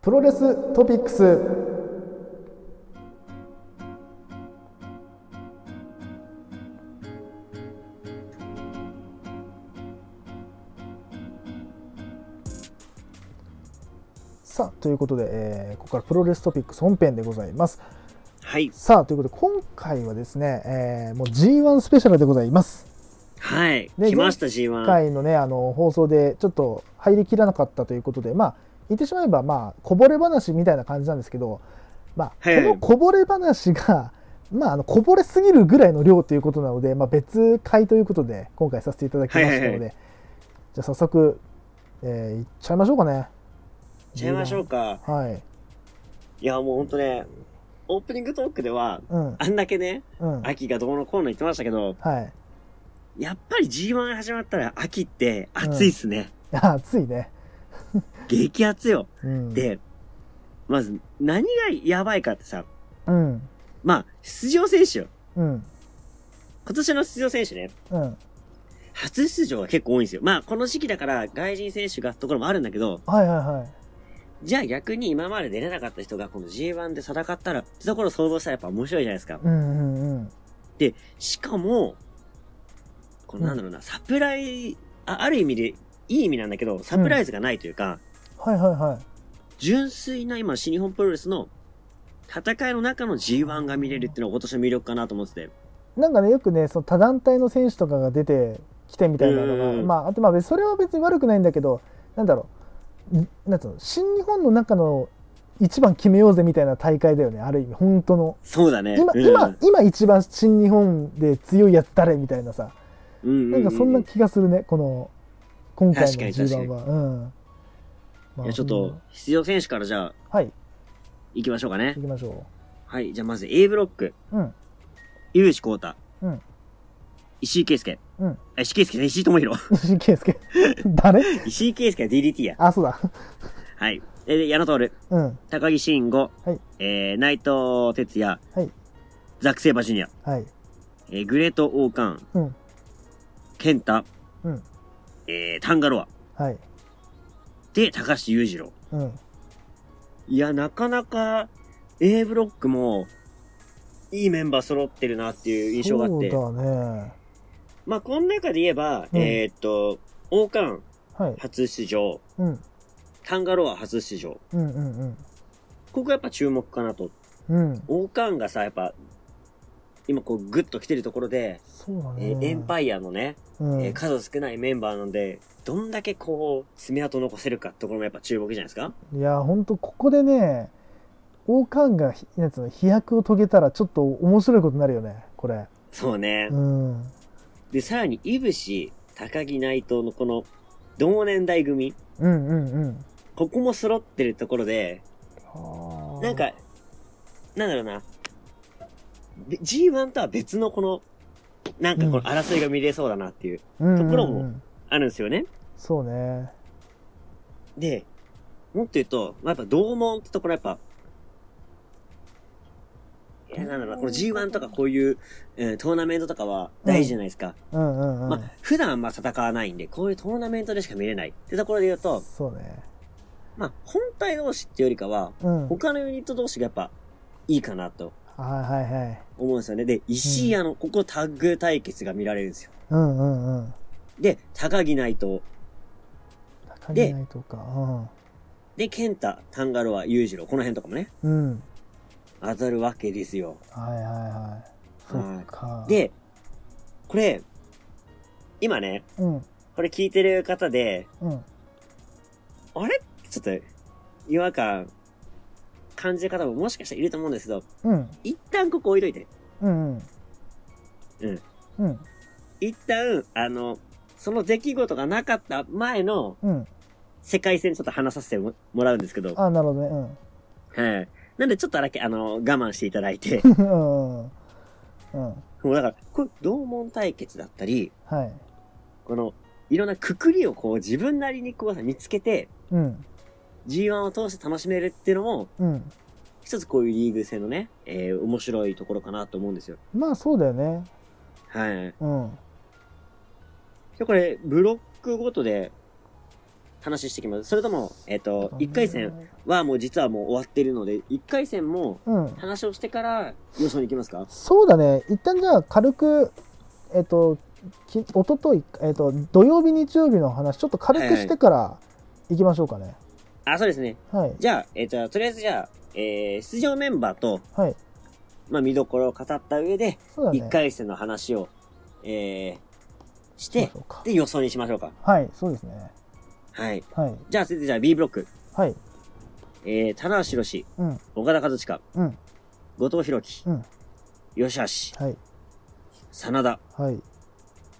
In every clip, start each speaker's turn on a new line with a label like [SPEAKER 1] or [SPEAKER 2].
[SPEAKER 1] プロレストピックスさあということで、えーここからプロレストピックス本編でございます
[SPEAKER 2] はい。
[SPEAKER 1] さあということで今回はですね、えーもう G1 スペシャルでございます
[SPEAKER 2] はい。
[SPEAKER 1] ね
[SPEAKER 2] 来ました、
[SPEAKER 1] 今
[SPEAKER 2] G1。
[SPEAKER 1] 回のねあの放送でちょっと入りきらなかったということでまあ言ってしまえばまあこぼれ話みたいな感じなんですけど、まあ、こ
[SPEAKER 2] はい
[SPEAKER 1] のこぼれ話が、まあ、あのこぼれすぎるぐらいの量ということなので、まあ、別回ということで今回させていただきましたので、
[SPEAKER 2] はいはいは
[SPEAKER 1] じゃあ早速、えー、いっちゃいましょうかね。
[SPEAKER 2] 行っちゃいましょうか。
[SPEAKER 1] はい。
[SPEAKER 2] いや、もうほんとね、オープニングトークでは、
[SPEAKER 1] うん。
[SPEAKER 2] あんだけね、
[SPEAKER 1] うん。
[SPEAKER 2] 秋がどうのこうの言ってましたけど、
[SPEAKER 1] はい。
[SPEAKER 2] やっぱり G1 始まったら秋って暑いっすね。
[SPEAKER 1] あ、暑いね。
[SPEAKER 2] 激暑よ。
[SPEAKER 1] うん。、
[SPEAKER 2] で、まず、何がやばいかってさ、
[SPEAKER 1] うん。
[SPEAKER 2] まあ、出場選手よ。
[SPEAKER 1] うん。
[SPEAKER 2] 今年の出場選手ね、
[SPEAKER 1] うん。
[SPEAKER 2] 初出場が結構多いんですよ。まあ、この時期だから外人選手がところもあるんだけど、
[SPEAKER 1] はいはいはい。
[SPEAKER 2] じゃあ逆に今まで出れなかった人がこの G1 で戦ったら、ってところを想像したらやっぱ面白いじゃないですか。
[SPEAKER 1] うんうんうん。
[SPEAKER 2] しかも、このなんだろうな、サプライ、あ、ある意味で、いい意味なんだけど、サプライズがないというか、
[SPEAKER 1] はいはいはい。
[SPEAKER 2] 純粋な今、新日本プロレスの戦いの中の G1 が見れるっていうのが今年の魅力かなと思ってて。
[SPEAKER 1] なんかねよくねその他団体の選手とかが出てきてみたいなのが、
[SPEAKER 2] うん
[SPEAKER 1] まああとまあそれは別に悪くないんだけどなんだろうんなんつうの新日本の中の一番決めようぜみたいな大会だよねある意味本当の
[SPEAKER 2] そうだね。
[SPEAKER 1] 今、
[SPEAKER 2] うん、
[SPEAKER 1] 今今一番新日本で強いやつ誰みたいなさ
[SPEAKER 2] うん、
[SPEAKER 1] なんかそんな
[SPEAKER 2] う
[SPEAKER 1] 気がするねこの今回の
[SPEAKER 2] 確かに確か
[SPEAKER 1] G1
[SPEAKER 2] に
[SPEAKER 1] は、うんま
[SPEAKER 2] いや、ちょっ
[SPEAKER 1] う
[SPEAKER 2] と
[SPEAKER 1] ん、
[SPEAKER 2] 出場選手からじゃあ、
[SPEAKER 1] はい
[SPEAKER 2] 行きましょうかね
[SPEAKER 1] 行。きましょ
[SPEAKER 2] はい、じゃあまず A ブロック。
[SPEAKER 1] ううん
[SPEAKER 2] 井口浩太。
[SPEAKER 1] うん
[SPEAKER 2] 石井圭介。
[SPEAKER 1] うん
[SPEAKER 2] あ石井圭介ね、石井智弘。
[SPEAKER 1] 石井圭介誰
[SPEAKER 2] 石井圭介は DDT や。
[SPEAKER 1] あそうだ
[SPEAKER 2] はい。えで、矢野徹。
[SPEAKER 1] うん
[SPEAKER 2] 高木慎吾。
[SPEAKER 1] はい
[SPEAKER 2] えー、内藤哲也。
[SPEAKER 1] はい
[SPEAKER 2] ザック・セイバージュニア。
[SPEAKER 1] はい
[SPEAKER 2] えー、グレート・オーカン。
[SPEAKER 1] うん
[SPEAKER 2] ケンタ。
[SPEAKER 1] うん
[SPEAKER 2] えー、タンガロア。
[SPEAKER 1] はい
[SPEAKER 2] で、高橋裕次郎。
[SPEAKER 1] うん
[SPEAKER 2] いや、なかなか、A ブロックも、いいメンバー揃ってるなっていう印象があって。
[SPEAKER 1] そうだね
[SPEAKER 2] まあ、この中で言えば、
[SPEAKER 1] うん
[SPEAKER 2] えーっと、王冠
[SPEAKER 1] はい
[SPEAKER 2] 初出場、
[SPEAKER 1] うん
[SPEAKER 2] タンガロア初出場。
[SPEAKER 1] うんうん
[SPEAKER 2] ここがやっぱ注目かなと。
[SPEAKER 1] うんうん
[SPEAKER 2] 王冠がさ、やっぱ、今こうグッと来てるところで、
[SPEAKER 1] そうだ
[SPEAKER 2] え
[SPEAKER 1] ね
[SPEAKER 2] ーエンパイアのね、
[SPEAKER 1] うん
[SPEAKER 2] えー数少ないメンバーなんで、どんだけこう、爪痕残せるかってところもやっぱ注目じゃないですか
[SPEAKER 1] いやほんとここでね王冠がひなんつうの飛躍を遂げたらちょっと面白いことになるよねこれ
[SPEAKER 2] そうね
[SPEAKER 1] う。ん
[SPEAKER 2] で、さらに、いぶし、高木内藤のこの、同年代組、
[SPEAKER 1] うんうんうん
[SPEAKER 2] ここも揃ってるところで、
[SPEAKER 1] あー
[SPEAKER 2] なんか、なんだろうな。べ G1 とは別のこの、なんかこの
[SPEAKER 1] うん
[SPEAKER 2] 争いが見れそうだなっていう、
[SPEAKER 1] うんうんうん
[SPEAKER 2] ところもあるんですよね。
[SPEAKER 1] そうね
[SPEAKER 2] で、もっと言うと、まあ、やっぱ同門ってところやっぱ、いや、なんだろうな、この G1 とかこういう、うん、トーナメントとかは大事じゃないですか。
[SPEAKER 1] うんうんうん、
[SPEAKER 2] まあ、普段あんま戦わないんで、こういうトーナメントでしか見れないってところで言うと、
[SPEAKER 1] そうね
[SPEAKER 2] まあ、本体同士っていうよりかは、
[SPEAKER 1] うんはい
[SPEAKER 2] 他のユニット同士がやっぱ、いいかなと
[SPEAKER 1] はいはい
[SPEAKER 2] 思うんですよね。で、石井、あの、ここタッグ対決が見られるんですよ。
[SPEAKER 1] うんうんうん
[SPEAKER 2] で、高木内藤。
[SPEAKER 1] 高
[SPEAKER 2] で
[SPEAKER 1] 木内とか
[SPEAKER 2] で、健太、タンガロア、裕次郎、この辺とかもね、
[SPEAKER 1] うんうん
[SPEAKER 2] 当たるわけですよ。
[SPEAKER 1] はいはいはいそっか
[SPEAKER 2] で、これ、今ね、
[SPEAKER 1] うん
[SPEAKER 2] これ聞いてる方で、
[SPEAKER 1] うん
[SPEAKER 2] あれちょっと、違和感、感じる方ももしかしたらいると思うんですけど、
[SPEAKER 1] うん
[SPEAKER 2] 一旦ここ置いといて。
[SPEAKER 1] うんうん
[SPEAKER 2] うん
[SPEAKER 1] うん
[SPEAKER 2] 一旦、あの、その出来事がなかった前の
[SPEAKER 1] うん
[SPEAKER 2] 世界線ちょっと話させてももらうんですけど、
[SPEAKER 1] あなるほどねうん
[SPEAKER 2] はい。なんでちょっとだけ、あの、我慢していただいて、
[SPEAKER 1] うんうん
[SPEAKER 2] もうだから、こう同門対決だったり、
[SPEAKER 1] はい。
[SPEAKER 2] この、いろんなくくりをこう自分なりにこうさ見つけて、
[SPEAKER 1] うん。
[SPEAKER 2] G1 を通して楽しめるっていうのも、
[SPEAKER 1] うん。
[SPEAKER 2] 一つこういうリーグ戦のね、えー、面白いところかなと思うんですよ。
[SPEAKER 1] まあそうだよね。
[SPEAKER 2] はい。
[SPEAKER 1] うん。
[SPEAKER 2] で、これ、ブロックごとで、話してきます。それとも、えっ、
[SPEAKER 1] そ
[SPEAKER 2] と、
[SPEAKER 1] うね
[SPEAKER 2] 1回戦はもう実はもう終わってるので、1回戦も
[SPEAKER 1] うん
[SPEAKER 2] 話をしてから予想に行きますか
[SPEAKER 1] そうだね一旦じゃあ軽くえっとき一昨日えっと土曜日日曜日の話ちょっと軽くしてから行きましょうかね
[SPEAKER 2] あ、そうですね。
[SPEAKER 1] はい
[SPEAKER 2] じゃあ、えっ、と、とりあえずじゃあ、えー、出場メンバーと、
[SPEAKER 1] はい
[SPEAKER 2] まあ、見どころを語った上で、
[SPEAKER 1] そうだね
[SPEAKER 2] 1回戦の話を、えー、し
[SPEAKER 1] 行きまし、
[SPEAKER 2] て
[SPEAKER 1] ょうか
[SPEAKER 2] で、予想にしましょうか。
[SPEAKER 1] はいそうですね
[SPEAKER 2] はい。
[SPEAKER 1] はい
[SPEAKER 2] じゃあ、続いてじゃあ B ブロック。
[SPEAKER 1] はい
[SPEAKER 2] えー、棚橋宏志、
[SPEAKER 1] うん
[SPEAKER 2] 岡田和親、
[SPEAKER 1] うん
[SPEAKER 2] 後藤弘樹、
[SPEAKER 1] うん
[SPEAKER 2] 吉橋、
[SPEAKER 1] はい
[SPEAKER 2] 真田、
[SPEAKER 1] はい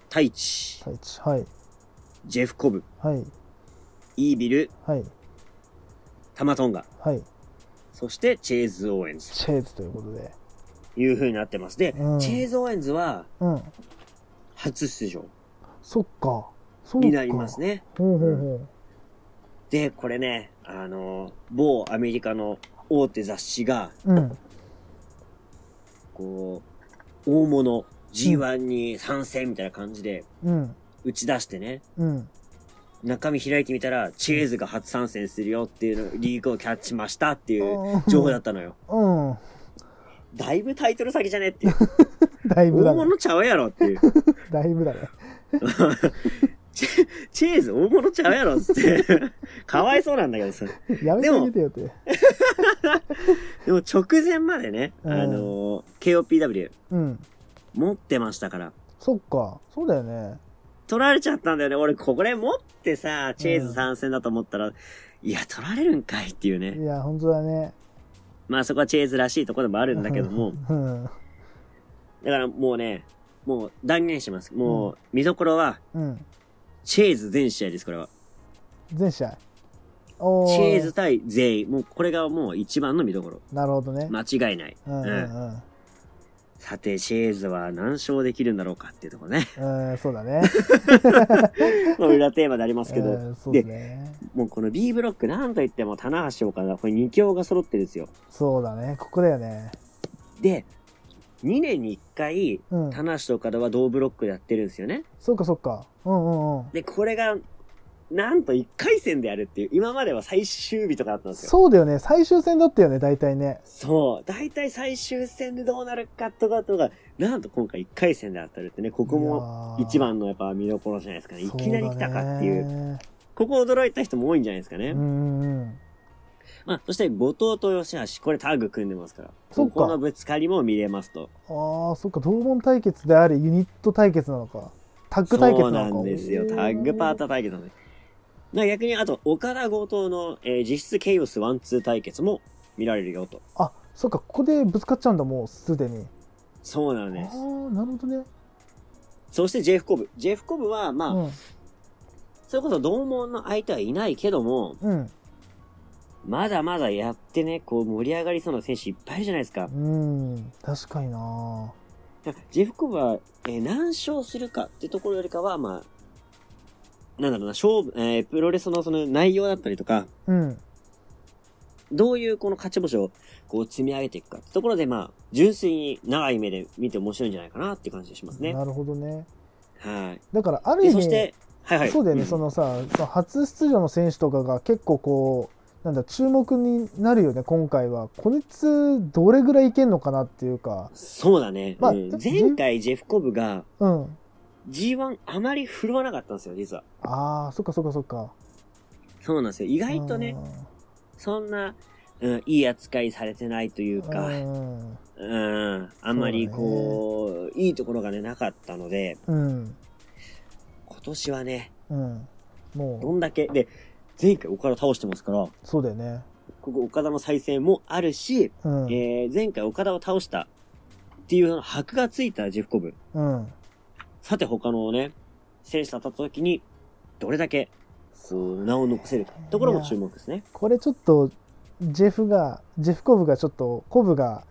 [SPEAKER 2] 太一、
[SPEAKER 1] 太一はい
[SPEAKER 2] ジェフコブ、
[SPEAKER 1] はい
[SPEAKER 2] イービル、
[SPEAKER 1] はい
[SPEAKER 2] タマトンガ、
[SPEAKER 1] はい
[SPEAKER 2] そしてチェーズ・オーエンズ
[SPEAKER 1] チェーズということで
[SPEAKER 2] という風になってます。で、
[SPEAKER 1] うん
[SPEAKER 2] チェーズ・オーエンズは
[SPEAKER 1] うん
[SPEAKER 2] 初出場
[SPEAKER 1] そっかそうか
[SPEAKER 2] になりますね。
[SPEAKER 1] ほうほうほ
[SPEAKER 2] で、これね、あの、某アメリカの大手雑誌が、
[SPEAKER 1] ううん
[SPEAKER 2] こう、大物 G1 に参戦みたいな感じで
[SPEAKER 1] うん
[SPEAKER 2] 打ち出してね、
[SPEAKER 1] うん
[SPEAKER 2] 中身開いてみたら、チェーズが初参戦するよっていうのリーグをキャッチしましたっていう情報だったのよ。
[SPEAKER 1] うん
[SPEAKER 2] だいぶタイトル詐欺じゃねっていう。
[SPEAKER 1] だいぶだ
[SPEAKER 2] 大
[SPEAKER 1] ね
[SPEAKER 2] 物ちゃうやろっていう。
[SPEAKER 1] だいぶだね
[SPEAKER 2] チェチェーズ大物ちゃうや ろっつって。かわいそうなんだけどさ。
[SPEAKER 1] やめてあげてよって
[SPEAKER 2] でも直前までね、あ
[SPEAKER 1] うん
[SPEAKER 2] のー KOPW
[SPEAKER 1] うん
[SPEAKER 2] 持ってましたから。
[SPEAKER 1] そっかそうだよね
[SPEAKER 2] 取られちゃったんだよね。俺これ持ってさ、チェーズ参戦だと思ったら、いや、取られるんかいっていうね
[SPEAKER 1] い。や本当だね
[SPEAKER 2] まあそこはチェーズらしいところでもあるんだけども。
[SPEAKER 1] うん
[SPEAKER 2] だからもうね、もう断言します。もう、見どころは、
[SPEAKER 1] うん
[SPEAKER 2] チェーズ全試合です、これは。
[SPEAKER 1] 全試合お
[SPEAKER 2] チェーズ対全員。もうこれがもう一番の見どころ。
[SPEAKER 1] なるほどね、
[SPEAKER 2] 間違いない。
[SPEAKER 1] うんう
[SPEAKER 2] うん
[SPEAKER 1] ん
[SPEAKER 2] さて、チェーズは何勝できるんだろうかっていうとこ ろね。
[SPEAKER 1] うん、うん、そうだね
[SPEAKER 2] これ裏テーマでありますけ
[SPEAKER 1] う
[SPEAKER 2] ど。
[SPEAKER 1] んそうですね
[SPEAKER 2] もうこの B ブロック、なんといっても、棚橋岡田、これ2強が揃ってるんですよ。
[SPEAKER 1] そうだねここだよね
[SPEAKER 2] で、2年に1回、
[SPEAKER 1] うん
[SPEAKER 2] 棚橋と岡田は同ブロックでやってるんですよね。
[SPEAKER 1] そっかそっかうんうんうん
[SPEAKER 2] で、これが、なんと1回戦でやるっていう、今までは最終日とかだったんですよ。
[SPEAKER 1] そうだよね最終戦だったよね大体ね
[SPEAKER 2] そう。大体最終戦でどうなるかとかとか、なんと今回1回戦で当たるってね、ここも
[SPEAKER 1] も
[SPEAKER 2] 一番のやっぱ見どころじゃないですかね。いきなり来たかっていう。
[SPEAKER 1] う
[SPEAKER 2] ここ驚いた人も多いんじゃないですかね。
[SPEAKER 1] だねうんうんうん
[SPEAKER 2] まあ、そして後藤と吉橋、これタッグ組んでますから。
[SPEAKER 1] そっ
[SPEAKER 2] こ
[SPEAKER 1] か
[SPEAKER 2] このぶつかりも見れますと。
[SPEAKER 1] ああそっか同門対決でありユニット対決なのかタッグ対決
[SPEAKER 2] そう
[SPEAKER 1] なの
[SPEAKER 2] な
[SPEAKER 1] か
[SPEAKER 2] んですよ。タッグパーター対決なんで。な逆に、あと、岡田後藤の、えー実質ケイオスワンツー対決も見られるよと。
[SPEAKER 1] あそっかここでぶつかっちゃうんだもうすでに
[SPEAKER 2] そうなん
[SPEAKER 1] ああ
[SPEAKER 2] です。
[SPEAKER 1] ーなるほどね
[SPEAKER 2] そしてジェフコブ。ジェフコブは、まあ、
[SPEAKER 1] うん
[SPEAKER 2] それこそ同門の相手はいないけども、
[SPEAKER 1] うん
[SPEAKER 2] まだまだやってね、こう盛り上がりそうな選手いっぱいいるじゃないですか。
[SPEAKER 1] うん確かにな
[SPEAKER 2] ジェフコブは、えー何勝するかってところよりかは、まあ、なんだろうな、勝負、えープロレスのその内容だったりとか、
[SPEAKER 1] うん
[SPEAKER 2] どういうこの勝ち星をこう積み上げていくかってところで、まあ、純粋に長い目で見て面白いんじゃないかなって感じがしますね。
[SPEAKER 1] なるほどね
[SPEAKER 2] は
[SPEAKER 1] だからあ
[SPEAKER 2] い。
[SPEAKER 1] る意
[SPEAKER 2] で、
[SPEAKER 1] 味
[SPEAKER 2] そして、はいはい。
[SPEAKER 1] そうだよね、
[SPEAKER 2] ん
[SPEAKER 1] そのさその初出場の選手とかが結構こうなんだ注目になるよね今回はこいつどれぐらいいけんのかなっていうか
[SPEAKER 2] そうだね、
[SPEAKER 1] まあ
[SPEAKER 2] うん前回ジェフコブが
[SPEAKER 1] うん
[SPEAKER 2] G1 あまり振るわなかったんですよ、実は。
[SPEAKER 1] あーそっかそっかそっか
[SPEAKER 2] そうなんですよ。意外とね、そんな、うん、いい扱いされてないという
[SPEAKER 1] うん
[SPEAKER 2] か、
[SPEAKER 1] うん
[SPEAKER 2] うん、あんまりこう、いいところがね、なかったので、
[SPEAKER 1] うん、
[SPEAKER 2] 今年はね、
[SPEAKER 1] うん、
[SPEAKER 2] ど
[SPEAKER 1] も
[SPEAKER 2] んだけ、で、前回岡田倒してますから、こ
[SPEAKER 1] うそうだよね
[SPEAKER 2] こ岡田の再戦もあるし、
[SPEAKER 1] うん、
[SPEAKER 2] えー、前回岡田を倒したっていう箔がついたジェフコブ。
[SPEAKER 1] うん
[SPEAKER 2] さて他のね、選手と当たった時に、どれだけ、そう、名を残せるか。ところも注目ですね。
[SPEAKER 1] これちょっとジェフがジェフコブがちょっとコブが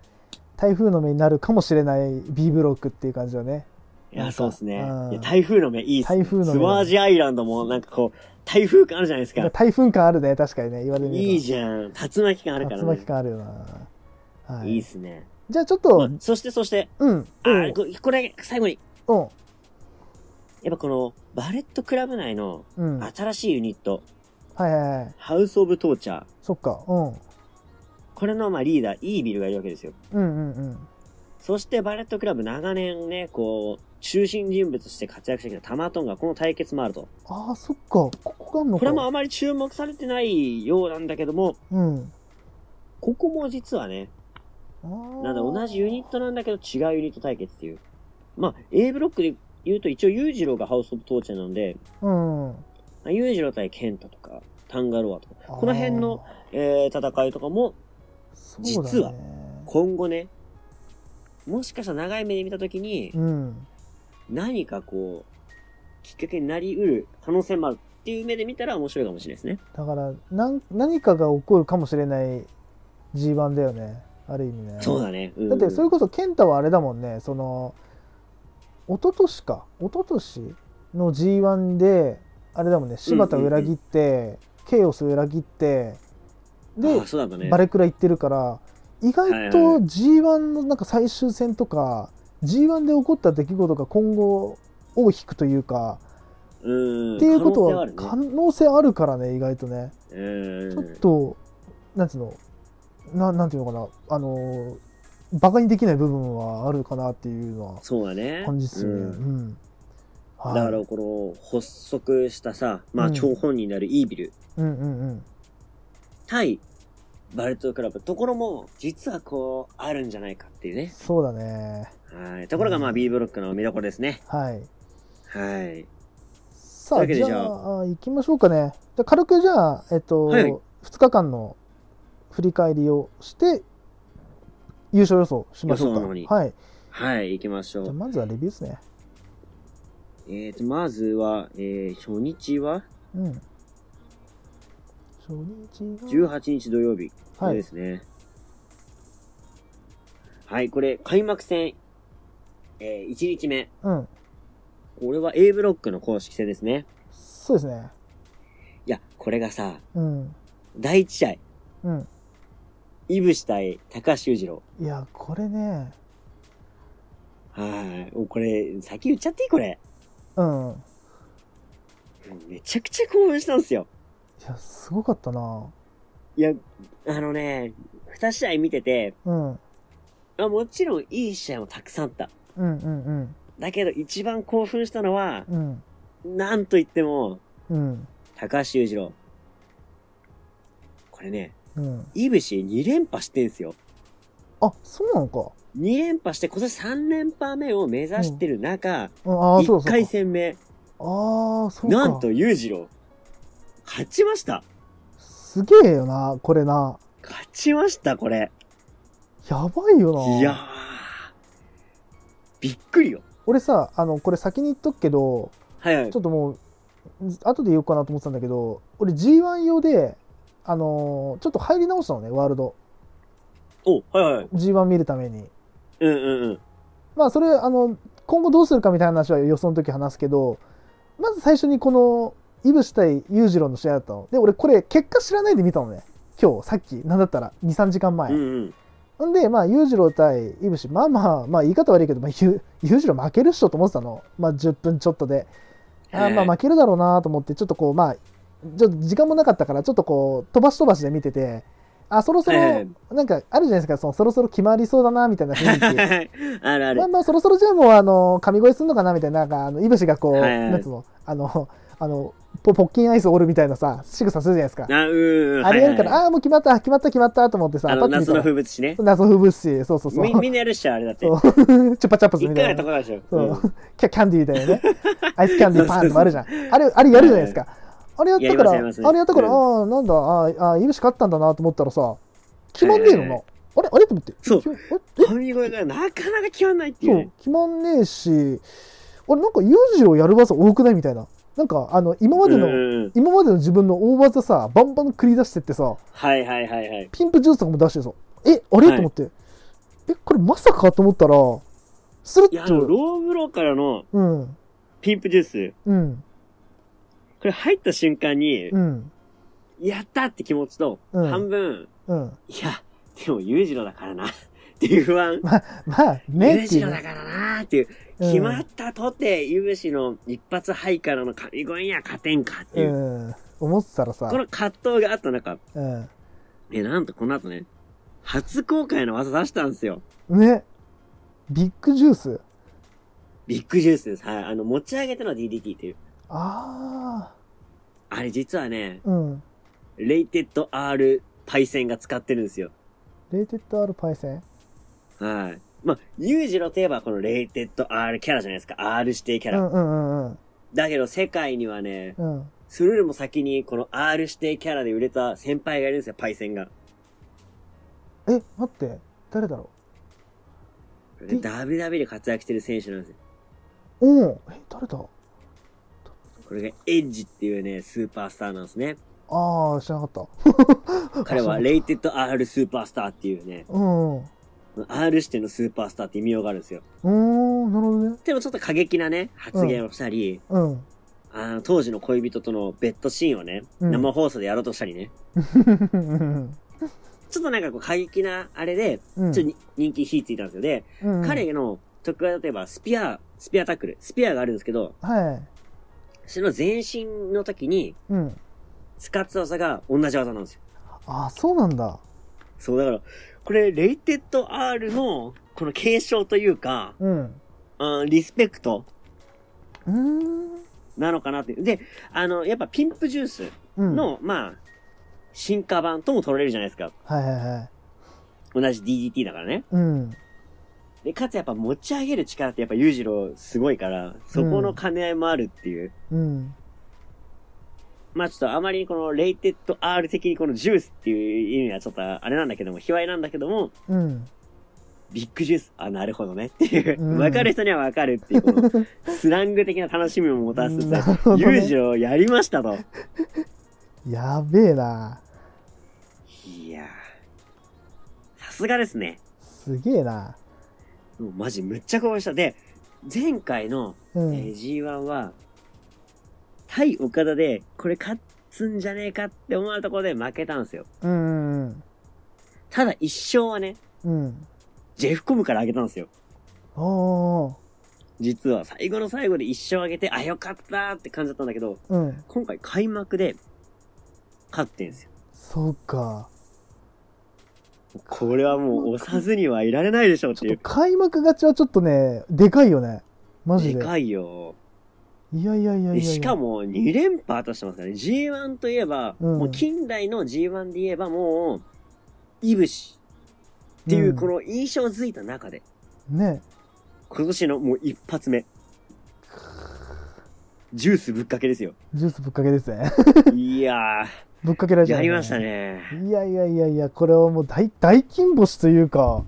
[SPEAKER 1] 台風の目になるかもしれない B ブロックっていう感じだね
[SPEAKER 2] いや、そうですね。
[SPEAKER 1] うん
[SPEAKER 2] いや台風の目いいっすね。
[SPEAKER 1] 台風の目
[SPEAKER 2] スワージアイランドもなんかこう、台風感あるじゃないです
[SPEAKER 1] なん
[SPEAKER 2] か
[SPEAKER 1] か。台風感あるね確かにね言われる
[SPEAKER 2] いいじゃん。竜巻感あるから
[SPEAKER 1] 竜
[SPEAKER 2] ね
[SPEAKER 1] 巻。感あるよな、はい
[SPEAKER 2] いいっすね。
[SPEAKER 1] じゃあちょっと、
[SPEAKER 2] まあそして、そして、
[SPEAKER 1] うん
[SPEAKER 2] あ
[SPEAKER 1] うん
[SPEAKER 2] ーここれ、最後に、
[SPEAKER 1] うん
[SPEAKER 2] やっぱこの、バレットクラブ内の
[SPEAKER 1] うん
[SPEAKER 2] 新しいユニット、
[SPEAKER 1] はいはいはい。
[SPEAKER 2] ハウス・オブ・トーチャー。
[SPEAKER 1] そっか。うん。
[SPEAKER 2] これのまあリーダー、イービルがいるわけですよ。
[SPEAKER 1] うんうんうん。
[SPEAKER 2] そしてバレットクラブ長年ね、こう、中心人物として活躍してきたタマトンがこの対決もあると。
[SPEAKER 1] ああ、そっか。ここがあんの
[SPEAKER 2] こ
[SPEAKER 1] か。
[SPEAKER 2] れもあまり注目されてないようなんだけども、
[SPEAKER 1] うん。
[SPEAKER 2] ここも実はね、
[SPEAKER 1] あー
[SPEAKER 2] なんだ、同じユニットなんだけど違うユニット対決っていう。まあ、A ブロックで言うと一応裕次郎がハウス・オブ・トーチャーなんで、
[SPEAKER 1] うん。あ
[SPEAKER 2] まあ裕次郎対ケンタとか、タンガロアとか、
[SPEAKER 1] ー
[SPEAKER 2] この辺の、、えー戦いとかも
[SPEAKER 1] そうだね
[SPEAKER 2] 実は今後ね、もしかしたら長い目で見たときに
[SPEAKER 1] う、ん。
[SPEAKER 2] 何かこう、きっかけになりうる可能性もあるっていう目で見たら面白いかもしれないですね。
[SPEAKER 1] だからなん、何かが起こるかもしれない G1 だよね。ある意味ね。
[SPEAKER 2] そうだね。うん
[SPEAKER 1] だってそれこそ健太はあれだもんねその一昨年か一昨年の g 1であれだもんね柴田裏切って、ケイオス裏切ってで
[SPEAKER 2] あ、そうだったね。
[SPEAKER 1] バレクラ行ってるから意外
[SPEAKER 2] はいは
[SPEAKER 1] と g 1のなんか最終戦とか g 1で起こった出来事が今後を引くというか、
[SPEAKER 2] うん。
[SPEAKER 1] っていうことは可
[SPEAKER 2] 可能性あるね。
[SPEAKER 1] 能性あるからね意外とね
[SPEAKER 2] うん。
[SPEAKER 1] ちょっとなんつうのななんていうのかなあのバカにできない部分はあるかなっていうのは
[SPEAKER 2] そうだね。
[SPEAKER 1] 感じっすよね。
[SPEAKER 2] う
[SPEAKER 1] うんん。は
[SPEAKER 2] だ
[SPEAKER 1] い
[SPEAKER 2] から、この、発足したさ、ま
[SPEAKER 1] う
[SPEAKER 2] あ、
[SPEAKER 1] ん
[SPEAKER 2] 張本人であるイービル
[SPEAKER 1] うんうんうん。
[SPEAKER 2] 対バレットクラブところも、実はこう、あるんじゃないかっていうね。
[SPEAKER 1] そうだね。
[SPEAKER 2] はい。ところが、まあ、B ブロックの見どころですね。
[SPEAKER 1] はい。
[SPEAKER 2] はい。
[SPEAKER 1] さ
[SPEAKER 2] というわ
[SPEAKER 1] あ、
[SPEAKER 2] けで
[SPEAKER 1] じゃ
[SPEAKER 2] じゃ
[SPEAKER 1] あ、あ行きましょうかね。じゃあ軽くじゃあ、えっと、
[SPEAKER 2] はいはい
[SPEAKER 1] 2日間の振り返りをして、優勝予想しましょう
[SPEAKER 2] 予想の
[SPEAKER 1] か。
[SPEAKER 2] 方に
[SPEAKER 1] はい。
[SPEAKER 2] はい、行きましょ
[SPEAKER 1] じゃあ、
[SPEAKER 2] う。
[SPEAKER 1] まずはレビューですね。
[SPEAKER 2] えーと、まずは、えー、初日は
[SPEAKER 1] うん。初日が。
[SPEAKER 2] 18日土曜日。こ
[SPEAKER 1] は
[SPEAKER 2] れ
[SPEAKER 1] い
[SPEAKER 2] で。すね。はい、これ、開幕戦、えー、1日目。
[SPEAKER 1] うん。
[SPEAKER 2] これは A ブロックの公式戦ですね。
[SPEAKER 1] そうですね。
[SPEAKER 2] いや、これがさ、
[SPEAKER 1] うん。
[SPEAKER 2] 第1試合、
[SPEAKER 1] うん。
[SPEAKER 2] イブシ対高橋裕次郎。
[SPEAKER 1] いや、これね、
[SPEAKER 2] はい。おこれ、先言っちゃっていいこれ。
[SPEAKER 1] うん。い
[SPEAKER 2] めちゃくちゃ興奮したんですよ。
[SPEAKER 1] や、すごかったな。
[SPEAKER 2] いや、あのね、2試合見てて、
[SPEAKER 1] うん。うん
[SPEAKER 2] あもちろんいい試合もたくさんあった。
[SPEAKER 1] うん
[SPEAKER 2] だけど一番興奮したのは、
[SPEAKER 1] うん。うん。
[SPEAKER 2] なんといっても、
[SPEAKER 1] うん。
[SPEAKER 2] 高橋裕次郎。これね、
[SPEAKER 1] うん。
[SPEAKER 2] イブシ2連覇してんすよ。
[SPEAKER 1] あそうなのか。
[SPEAKER 2] 2連覇して今年3連覇目を目指してる中、
[SPEAKER 1] うん、ああ、そうだ
[SPEAKER 2] 1
[SPEAKER 1] そうだ
[SPEAKER 2] 回。戦目、
[SPEAKER 1] ああ、そうか。
[SPEAKER 2] なんと裕次郎、勝ちました
[SPEAKER 1] すげえよな、これな。
[SPEAKER 2] 勝ちました、これ。
[SPEAKER 1] やばいよな。
[SPEAKER 2] いやー、びっくりよ。
[SPEAKER 1] 俺さ、あの、これ先に言っとくけど、
[SPEAKER 2] はいはい
[SPEAKER 1] ちょ。っともう、後で言おうかなと思ってたんだけど、俺 G1 用で、あのーちょっと入り直したのね、ワールド。
[SPEAKER 2] お、はいはい。
[SPEAKER 1] G1 見るために。
[SPEAKER 2] うんうんうん。
[SPEAKER 1] まあ、それ、あの、今後どうするかみたいな話は予想の時話すけど、まず最初にこの、イブシ対裕次郎の試合だったの。で、俺これ、結果知らないで見たのね。今日、さっき、なんだったら、2、3時間前。
[SPEAKER 2] うんうん。
[SPEAKER 1] ほんで、まあ、裕次郎対いぶし、まあまあ、まあ、言い方悪いけど、まあ、ゆ裕次郎負けるっしょと思ってたの。まあ、10分ちょっとで。あーまあ、負けるだろうなと思って、ちょっとこう、まあ、ちょっと時間もなかったから、ちょっとこう、飛ばし飛ばしで見てて、あ、そろそろ、
[SPEAKER 2] はいはい
[SPEAKER 1] なんか、あるじゃないですか、そのそろそろ決まりそうだな、みたいな雰囲気。
[SPEAKER 2] あるある
[SPEAKER 1] まあ。まあ、そろそろじゃあもう、あの、神声すんのかな、みたいな、なんか、あの、いぶしがこう、
[SPEAKER 2] はいはい
[SPEAKER 1] なんつうの、あの、あの、ポポッキンアイス折るみたいなさ、仕草するじゃないですか。
[SPEAKER 2] あ、うんうん。
[SPEAKER 1] あれやるか
[SPEAKER 2] はいはい
[SPEAKER 1] ら、ああー、もう決まった、決まった、決まった、と思ってさ、
[SPEAKER 2] あ
[SPEAKER 1] パッと
[SPEAKER 2] の、
[SPEAKER 1] 見た
[SPEAKER 2] 夏
[SPEAKER 1] ら
[SPEAKER 2] の風物詩ね。
[SPEAKER 1] 謎風物詩、そうそうそう。
[SPEAKER 2] みみんなやるっしょ、あれだって。
[SPEAKER 1] そうチュッパチャップス
[SPEAKER 2] 一
[SPEAKER 1] み
[SPEAKER 2] 回
[SPEAKER 1] た
[SPEAKER 2] や
[SPEAKER 1] い
[SPEAKER 2] っ
[SPEAKER 1] な。
[SPEAKER 2] たことあるでしょ。
[SPEAKER 1] そ
[SPEAKER 2] うん
[SPEAKER 1] う。キャキャンディーみたい なね。アイスキャンディーパーンとかあるじゃん。あれ、あれやるじゃないですか。あれやったか
[SPEAKER 2] やりますやります
[SPEAKER 1] ら、あれやったから、
[SPEAKER 2] う
[SPEAKER 1] ああ、なんだ、あーあー、イブシ勝ったんだなと思ったらさ、決まんねえのな。あれあれと思って。
[SPEAKER 2] そう
[SPEAKER 1] きゅえ
[SPEAKER 2] 神声がなかなか決まんないってい
[SPEAKER 1] そうう
[SPEAKER 2] ね。、
[SPEAKER 1] 決まんねえし、あれなんか裕次郎やる技多くないみたいな。なんか、あの、今までの、
[SPEAKER 2] うん
[SPEAKER 1] 今までの自分の大技さ、バンバン繰り出してってさ、
[SPEAKER 2] はいはいはいはい。
[SPEAKER 1] ピンプジュースとかも出してさ、え、あれ
[SPEAKER 2] はい
[SPEAKER 1] と思って。え、これまさかと思ったら、スル
[SPEAKER 2] いや、
[SPEAKER 1] ッ
[SPEAKER 2] あの、
[SPEAKER 1] と、
[SPEAKER 2] ローブローからの
[SPEAKER 1] うん、
[SPEAKER 2] ピンプジュース、
[SPEAKER 1] うん、
[SPEAKER 2] これ入った瞬間に、
[SPEAKER 1] うん、
[SPEAKER 2] やったって気持ちと、
[SPEAKER 1] うん
[SPEAKER 2] 半分、
[SPEAKER 1] うん。
[SPEAKER 2] いや、でも裕次郎だからな、 っていう不安。
[SPEAKER 1] まあ、ね
[SPEAKER 2] 裕
[SPEAKER 1] ってい
[SPEAKER 2] 次
[SPEAKER 1] う
[SPEAKER 2] 郎だ
[SPEAKER 1] ね。
[SPEAKER 2] からな、っていう、
[SPEAKER 1] うん
[SPEAKER 2] 決まったとて、ゆぶしの一発ハイからの神声には勝てんかっていうう。
[SPEAKER 1] ん。思ってたらさ
[SPEAKER 2] こ、の葛藤があった中、
[SPEAKER 1] うん。
[SPEAKER 2] え、なんとこの後ね、初公開の技出したんですよ。
[SPEAKER 1] ね。ビッグジュース。
[SPEAKER 2] ビッグジュースです。はい。あの、持ち上げての DDT っていう。
[SPEAKER 1] あ
[SPEAKER 2] あれ実はね、
[SPEAKER 1] あ。うん。
[SPEAKER 2] レイテッド R パイセンが使ってるんですよ。
[SPEAKER 1] レイテッド R パイセン。
[SPEAKER 2] はい。まあ、ユージのテーマはこのレイテッド R キャラじゃないですか。R 指定キャ
[SPEAKER 1] う
[SPEAKER 2] ラ。
[SPEAKER 1] んうんうん
[SPEAKER 2] だけど世界にはね、
[SPEAKER 1] うん。うん。
[SPEAKER 2] それよりも先にこの R 指定キャラで売れた先輩がいるんですよ、パイセンが。
[SPEAKER 1] え、待って。誰だろ
[SPEAKER 2] で WW で活躍してる選手なんですよ。
[SPEAKER 1] うおおえ、誰だ
[SPEAKER 2] これがエッジっていうね、スーパースターなんですね。
[SPEAKER 1] ああ、知らなかっ
[SPEAKER 2] 彼はレイテッド R スーパースターっていうね、
[SPEAKER 1] た。うん。う
[SPEAKER 2] R 指定のスーパースターって異名があるんですよ。
[SPEAKER 1] ーん、なるほどね。
[SPEAKER 2] でもちょっと過激なね、発言をしたり、
[SPEAKER 1] うん。
[SPEAKER 2] あの、当時の恋人とのベッドシーンをね、
[SPEAKER 1] うん
[SPEAKER 2] 生放送でやろうとしたりね、
[SPEAKER 1] うん
[SPEAKER 2] ちょっとなんかこう過激なあれで、
[SPEAKER 1] うん
[SPEAKER 2] ちょっとに人気火ついたんですよ。で、
[SPEAKER 1] うん
[SPEAKER 2] 彼の特技例えばスピア、スピアタックル、スピアがあるんですけど、
[SPEAKER 1] はい。
[SPEAKER 2] その前身の時に
[SPEAKER 1] うん。
[SPEAKER 2] 使ってた技が同じ技なんですよ。
[SPEAKER 1] ああ、そうなんだ。
[SPEAKER 2] そう、だから、これ、レイテッド R の、この継承というか、
[SPEAKER 1] うん。
[SPEAKER 2] うん、リスペクト
[SPEAKER 1] うーん。
[SPEAKER 2] なのかなっていう。で、あの、やっぱピンプジュース
[SPEAKER 1] うん。
[SPEAKER 2] の、まあ、進化版とも取れるじゃないですか。
[SPEAKER 1] はいはいはい。
[SPEAKER 2] 同じ DDT だからね。
[SPEAKER 1] うん。
[SPEAKER 2] で、かつやっぱ持ち上げる力ってやっぱ裕次郎すごいから、そこの兼ね合いもあるっていう。
[SPEAKER 1] うん。
[SPEAKER 2] まあちょっとあまりこのレイテッド R 的にこのジュースっていう意味はちょっとあれなんだけども、卑猥なんだけども、
[SPEAKER 1] うん。
[SPEAKER 2] ビッグジュース、あ、なるほどねっていうう。
[SPEAKER 1] ん
[SPEAKER 2] わ、かる人にはわかるっていう、このスラング的な楽しみを持たせて
[SPEAKER 1] なる
[SPEAKER 2] さ、
[SPEAKER 1] ほどね
[SPEAKER 2] 裕次郎やりましたと。
[SPEAKER 1] やべえな。
[SPEAKER 2] いやー。さすがですね。
[SPEAKER 1] すげえな。
[SPEAKER 2] もうマジむっちゃ興奮した。で、前回の、
[SPEAKER 1] う
[SPEAKER 2] え
[SPEAKER 1] ん。
[SPEAKER 2] ー G1 は、対岡田で、これ勝つんじゃねえかって思われたところで負けたんですよ。
[SPEAKER 1] うんうん
[SPEAKER 2] ただ一勝はね、
[SPEAKER 1] うん。うん。
[SPEAKER 2] ジェフコムからあげたんですよ。
[SPEAKER 1] おー。
[SPEAKER 2] 実は最後の最後で一勝あげて、あ、よかったーって感じだったんだけど、
[SPEAKER 1] うん。
[SPEAKER 2] 今回開幕で、勝ってんすよ。
[SPEAKER 1] そうか。
[SPEAKER 2] これはもう押さずにはいられないでしょうって
[SPEAKER 1] ちょ
[SPEAKER 2] い
[SPEAKER 1] っ
[SPEAKER 2] う
[SPEAKER 1] と。開幕勝ちはちょっとね、でかいよね。マジ
[SPEAKER 2] で
[SPEAKER 1] で。
[SPEAKER 2] かいよ。
[SPEAKER 1] いやいやいやいやい
[SPEAKER 2] で
[SPEAKER 1] や。
[SPEAKER 2] しか。も2連覇としてますからね。G1 といえば、
[SPEAKER 1] うん
[SPEAKER 2] もう近代の G1 で言えばもう、イブシっていううんこの印象づいた中で、
[SPEAKER 1] ね。
[SPEAKER 2] 今年のもう一発目。ジュースぶっかけで すよ。
[SPEAKER 1] ジュースぶっかけですね。
[SPEAKER 2] いや
[SPEAKER 1] ぶっかけられ
[SPEAKER 2] ー、
[SPEAKER 1] ちゃ
[SPEAKER 2] やりました。ね。
[SPEAKER 1] いやいやいやいや、これはもう大、大金星というか、